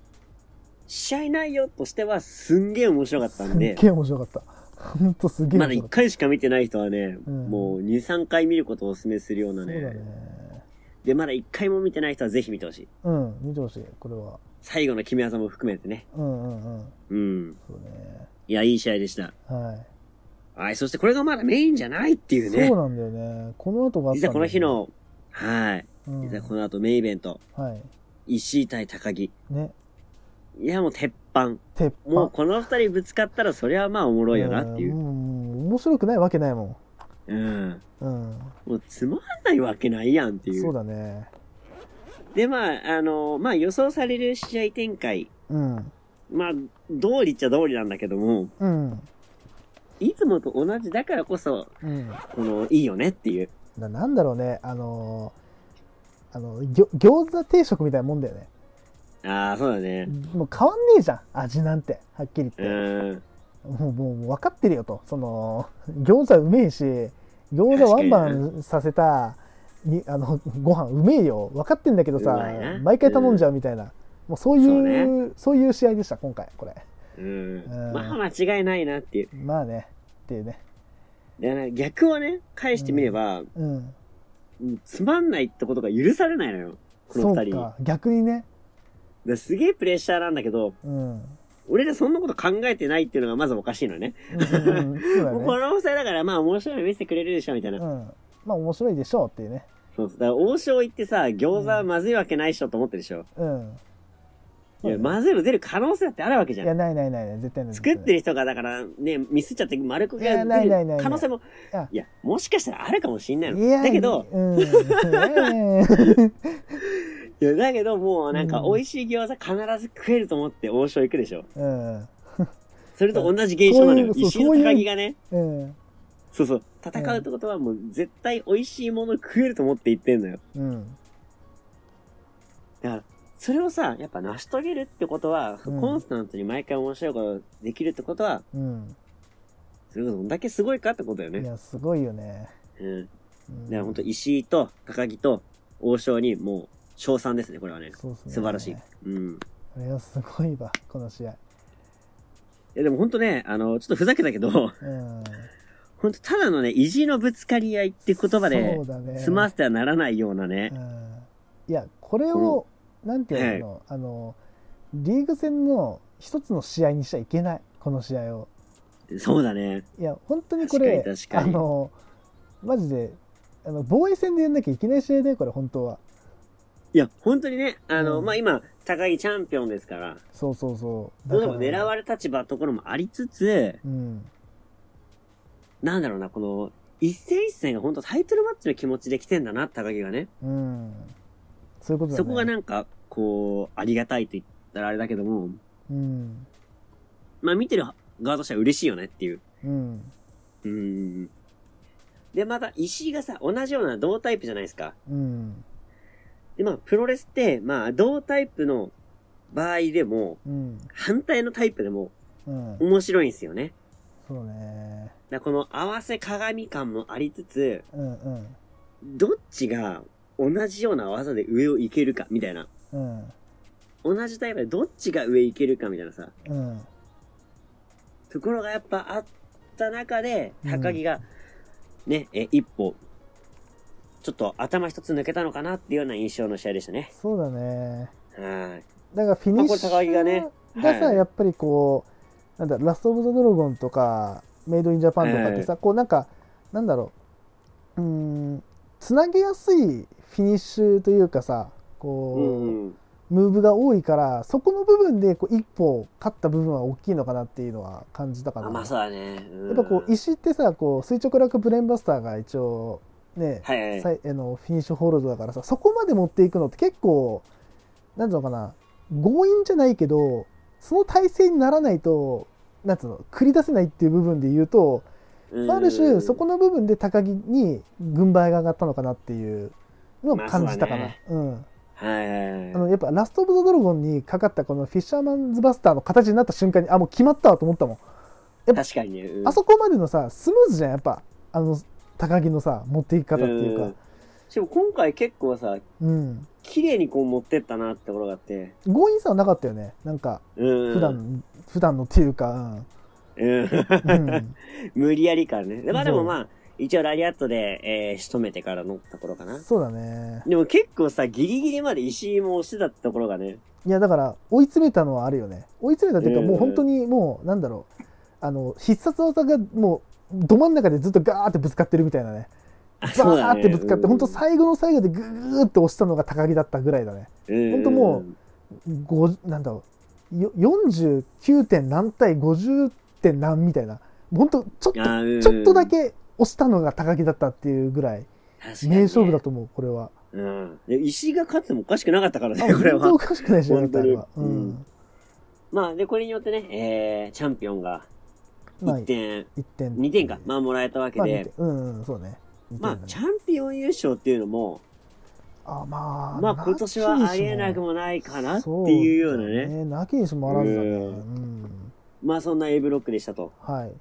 [SPEAKER 2] 試合内容としてはすんげえ面白かった
[SPEAKER 1] す
[SPEAKER 2] ん
[SPEAKER 1] っ
[SPEAKER 2] で、
[SPEAKER 1] げえ面白かった 本当すっげえ
[SPEAKER 2] ま
[SPEAKER 1] 面
[SPEAKER 2] だ
[SPEAKER 1] 白か
[SPEAKER 2] 1
[SPEAKER 1] っ
[SPEAKER 2] 回しか見てない人はね、
[SPEAKER 1] うん
[SPEAKER 2] もう2、3回見ることをお勧めするよう
[SPEAKER 1] た、
[SPEAKER 2] な
[SPEAKER 1] そうだ
[SPEAKER 2] ね。
[SPEAKER 1] ね
[SPEAKER 2] で、まだ1回も見てない人はぜひ見てほしい。
[SPEAKER 1] うん見てほしいこれは
[SPEAKER 2] 最後の決め技も含めてね。
[SPEAKER 1] うんうんうん
[SPEAKER 2] うん。
[SPEAKER 1] そうね
[SPEAKER 2] いや、いい試合でした。
[SPEAKER 1] はい
[SPEAKER 2] はい、そしてこれがまだメインじゃないっていうね
[SPEAKER 1] そう。なんだよね。この後があったん
[SPEAKER 2] 実
[SPEAKER 1] だよね
[SPEAKER 2] はこの日、の、はい。
[SPEAKER 1] うん
[SPEAKER 2] 実はこの後メインイベント、
[SPEAKER 1] はい。
[SPEAKER 2] 石井対高木。
[SPEAKER 1] ね、
[SPEAKER 2] いや、もう鉄板。
[SPEAKER 1] 鉄板。
[SPEAKER 2] もうこの二人ぶつかったらそれはまあおもろいよなってい
[SPEAKER 1] ん
[SPEAKER 2] う。
[SPEAKER 1] ん面白くないわけないも
[SPEAKER 2] うん。
[SPEAKER 1] ん。うん。
[SPEAKER 2] もうつまんないわけないやんってい
[SPEAKER 1] そう
[SPEAKER 2] う。
[SPEAKER 1] だね。
[SPEAKER 2] で、まあ、あの、まあ予想される試合展開。
[SPEAKER 1] うん。
[SPEAKER 2] まあ、通りっちゃ通りなんだけども、
[SPEAKER 1] うん。
[SPEAKER 2] いつもと同じだからこそ、
[SPEAKER 1] うん。だ
[SPEAKER 2] この、いいよねっていう。
[SPEAKER 1] なんだろうね。あのーあの、ぎょ餃子定食みたいなもんだよね。
[SPEAKER 2] ああ、そうだね。
[SPEAKER 1] もう変わんねえじゃん。味なんて。はっきり
[SPEAKER 2] う
[SPEAKER 1] 言って。
[SPEAKER 2] ん。
[SPEAKER 1] もう、もう分かってるよと。その、餃子うめえし、餃子ワンバンさせた、にあのご飯うめえよ分かってんだけど
[SPEAKER 2] う
[SPEAKER 1] さ
[SPEAKER 2] まいな
[SPEAKER 1] 毎回頼んじゃうみたいな、もうそういう
[SPEAKER 2] そう
[SPEAKER 1] そう
[SPEAKER 2] ね
[SPEAKER 1] いう試合でした今回これ
[SPEAKER 2] うん
[SPEAKER 1] うん。
[SPEAKER 2] まあ、間違いないなっていう。
[SPEAKER 1] まあねっていうね
[SPEAKER 2] だから逆をね、返してみれば、
[SPEAKER 1] うん
[SPEAKER 2] うんつまんないってことが許されないのよ。この
[SPEAKER 1] そう
[SPEAKER 2] 二人。だか
[SPEAKER 1] か逆にね
[SPEAKER 2] らすげえプレッシャーなんだけど、
[SPEAKER 1] うん、うん
[SPEAKER 2] 俺らそんなこと考えてないっていうのがまずおかしいのね。
[SPEAKER 1] うん うん、そうだ
[SPEAKER 2] もうこ
[SPEAKER 1] ね
[SPEAKER 2] の二人だからまあ面白いの見せてくれるでしょみたいな。
[SPEAKER 1] うんまあ面白いでしょうっていうね
[SPEAKER 2] そうそうだから王将行ってさ、餃子はまずいわけないっしょと思ってるでしょ。
[SPEAKER 1] うん
[SPEAKER 2] い
[SPEAKER 1] そ
[SPEAKER 2] や、
[SPEAKER 1] うだね
[SPEAKER 2] まずいの出る可能性だってあるわけじ
[SPEAKER 1] い
[SPEAKER 2] ゃ
[SPEAKER 1] や
[SPEAKER 2] ん。
[SPEAKER 1] ないないないない絶対ない
[SPEAKER 2] 作って
[SPEAKER 1] る
[SPEAKER 2] る人がだからね、ミスっちゃって丸く
[SPEAKER 1] いや
[SPEAKER 2] が
[SPEAKER 1] な
[SPEAKER 2] 出
[SPEAKER 1] いないないな
[SPEAKER 2] る
[SPEAKER 1] い
[SPEAKER 2] 可能性も
[SPEAKER 1] いや、
[SPEAKER 2] いや、もしかしたらあるかもしんない
[SPEAKER 1] いや
[SPEAKER 2] の。だけど、
[SPEAKER 1] うん、いやいやいや
[SPEAKER 2] いやだけどもうなんか美味しい餃子必ず食えると思って王将行くでしょ。
[SPEAKER 1] うん
[SPEAKER 2] それと同じ現象なのよ。
[SPEAKER 1] そういう
[SPEAKER 2] 石
[SPEAKER 1] そう
[SPEAKER 2] 井と
[SPEAKER 1] そういう
[SPEAKER 2] 高木がね、
[SPEAKER 1] うん
[SPEAKER 2] そうそう、戦うってことはもう絶対美味しいもの食えると思って言ってんのよ。
[SPEAKER 1] うん
[SPEAKER 2] だから、それをさ、やっぱ成し遂げるってことは、
[SPEAKER 1] うん
[SPEAKER 2] コンスタントに毎回面白いことできるってことは、
[SPEAKER 1] うん
[SPEAKER 2] それがどんだけすごいかってことだよ
[SPEAKER 1] い
[SPEAKER 2] ね。
[SPEAKER 1] やすごいよね、
[SPEAKER 2] うん。だか
[SPEAKER 1] うん、
[SPEAKER 2] ら本当石井と高木と王将にもう、賞賛ですね、これはね。
[SPEAKER 1] そうっすね
[SPEAKER 2] 素晴らしい。うん。
[SPEAKER 1] あれはすごいわこの試合
[SPEAKER 2] いや、でも本当ね、あの、ちょっとふざけたけど、
[SPEAKER 1] うん
[SPEAKER 2] 本当ただのね、意地のぶつかり合いって言葉で
[SPEAKER 1] そう、だね
[SPEAKER 2] 済ませてはならないようなね
[SPEAKER 1] う。んいやこれをなんていうの、あのリーグ戦の一つの試合にしちゃいけないこの試合を
[SPEAKER 2] そうだね。
[SPEAKER 1] いや本当にこれ
[SPEAKER 2] 確かに確か
[SPEAKER 1] あ
[SPEAKER 2] に
[SPEAKER 1] のマジであの防衛戦でやんなきゃいけない試合だよこれ本当はい
[SPEAKER 2] や、本当にね、あの、
[SPEAKER 1] うん
[SPEAKER 2] まあ、今、高木チャンピオンですから、
[SPEAKER 1] そうそうそう
[SPEAKER 2] どうでも狙わ
[SPEAKER 1] れ
[SPEAKER 2] れ立場ところもありつつ、
[SPEAKER 1] うん
[SPEAKER 2] なんだろうな、この、一戦一戦が本当タイトルマッチの気持ちで来てんだな、高木がね。
[SPEAKER 1] うんそういうことだね
[SPEAKER 2] そこがなんか、こう、ありがたいと言ったらあれだけども、
[SPEAKER 1] うん
[SPEAKER 2] まあ見てる側としては嬉しいよねっていう。
[SPEAKER 1] うん
[SPEAKER 2] うん。で、また石井がさ、同じような同タイプじゃないですか。
[SPEAKER 1] うん
[SPEAKER 2] で、まあプロレスって、まあ同タイプの場合でも、
[SPEAKER 1] うん
[SPEAKER 2] 反対のタイプでも
[SPEAKER 1] うん
[SPEAKER 2] 面白いんですよね。
[SPEAKER 1] そうね
[SPEAKER 2] だからこの合わせ鏡感もありつつ、
[SPEAKER 1] うんうん
[SPEAKER 2] どっちが同じような技で上を行けるかみたいな。
[SPEAKER 1] うん
[SPEAKER 2] 同じタイプでどっちが上行けるかみたいなさ、
[SPEAKER 1] うん。
[SPEAKER 2] ところがやっぱあった中で、
[SPEAKER 1] うん
[SPEAKER 2] 高木が、ね、え、一歩、ちょっと頭一つ抜けたのかなっていうような印象の試合でしたね。
[SPEAKER 1] そうだね。
[SPEAKER 2] はい。
[SPEAKER 1] だからフィニッシ
[SPEAKER 2] まあこれ高木が
[SPEAKER 1] ュ
[SPEAKER 2] ね
[SPEAKER 1] がさ、
[SPEAKER 2] はい
[SPEAKER 1] やっぱりこう、なんだ、ラスト・オブ・ザ・ドラゴンとか、メイド・イン・ジャパンとかってさ、こうなんか、なんだろう、うーん、つなげやすいフィニッシュというかさ、こ
[SPEAKER 2] う
[SPEAKER 1] う、
[SPEAKER 2] ん。
[SPEAKER 1] ムーブが多いから、そこの部分でこう一歩勝った部分は大きいのかなっていうのは感じたか
[SPEAKER 2] あ
[SPEAKER 1] な。
[SPEAKER 2] まあそうだね。うん
[SPEAKER 1] やっぱこう、石ってさ、こう垂直落ブレーンバスターが一応、ね、
[SPEAKER 2] はいはい。
[SPEAKER 1] さいあのフィニッシュホールドだからさそこまで持っていくのって結構なんていうのかな強引じゃないけどその体勢にならないとなんていうの繰り出せないっていう部分で言うと
[SPEAKER 2] うん
[SPEAKER 1] ある種そこの部分で高木に軍配が上がったのかなっていうのを感じたかな、
[SPEAKER 2] まあ
[SPEAKER 1] うん、
[SPEAKER 2] はいはい
[SPEAKER 1] あ
[SPEAKER 2] はい。
[SPEAKER 1] のやっぱラスト・オブ・ザ・ドラゴンにかかったこのフィッシャーマンズ・バスターの形になった瞬間にあもう決まったわと思ったもんやっぱ
[SPEAKER 2] 確かにね。うん
[SPEAKER 1] あそこまでのさスムーズじゃんやっぱあの高木のさ持っていき方っていうか
[SPEAKER 2] んしかも今回結構さ、
[SPEAKER 1] うん
[SPEAKER 2] 綺麗にこう持ってったなってところがあって。
[SPEAKER 1] 強引さはなかったよねなんか
[SPEAKER 2] うん。
[SPEAKER 1] 普段、普段のっていうか、
[SPEAKER 2] うん。
[SPEAKER 1] うんうん
[SPEAKER 2] 無理やり感ね。でまあで
[SPEAKER 1] そ
[SPEAKER 2] も
[SPEAKER 1] う
[SPEAKER 2] まあ、一応ラリアットで、えー仕留めてから乗った頃かな。
[SPEAKER 1] そうだね
[SPEAKER 2] でも結構さ、ギリギリまで石井も押してたってところがね。
[SPEAKER 1] いやだから追い詰めたのはあるよね追い詰めたっていうか、
[SPEAKER 2] うん
[SPEAKER 1] もう本当にもうなんだろうあの必殺技がもうど真ん中でずっとガーってぶつかってるみたいなね
[SPEAKER 2] あ
[SPEAKER 1] バーってぶつかって、本当
[SPEAKER 2] 後、
[SPEAKER 1] 最後の最後でグーって押したのが高木だったぐらいだね
[SPEAKER 2] うん
[SPEAKER 1] ほんとも50なんだろうよ49点何対50点何みたいな本当ちょっと
[SPEAKER 2] あーうん
[SPEAKER 1] ちょっとだけ押したのが高木だったっていうぐらい
[SPEAKER 2] 確かにね
[SPEAKER 1] 名勝負だと思うこれは。
[SPEAKER 2] うん。で石井が勝ってもおかしくなかったから
[SPEAKER 1] あ
[SPEAKER 2] ね、これ
[SPEAKER 1] 全然
[SPEAKER 2] は
[SPEAKER 1] お。かしくないでしょ、
[SPEAKER 2] 本当に
[SPEAKER 1] あれはう
[SPEAKER 2] うん
[SPEAKER 1] ん。
[SPEAKER 2] まあ、で、これによってね、えー、チャンピオンが
[SPEAKER 1] まあ、
[SPEAKER 2] 1
[SPEAKER 1] 1
[SPEAKER 2] 点、
[SPEAKER 1] 点。
[SPEAKER 2] 2点か、まあもらえたわけ
[SPEAKER 1] まあ二
[SPEAKER 2] で
[SPEAKER 1] 点、うん、うん、そうね。二点
[SPEAKER 2] ま
[SPEAKER 1] だ
[SPEAKER 2] あ
[SPEAKER 1] ね、
[SPEAKER 2] チャンピオン優勝っていうのも、
[SPEAKER 1] あ、まあ、
[SPEAKER 2] まあ今年はありえなくもないかなっていうようなね、
[SPEAKER 1] そだなきにしもあらずだね。
[SPEAKER 2] う
[SPEAKER 1] うんん。
[SPEAKER 2] まあそんな A ブロックでしたと。
[SPEAKER 1] はい。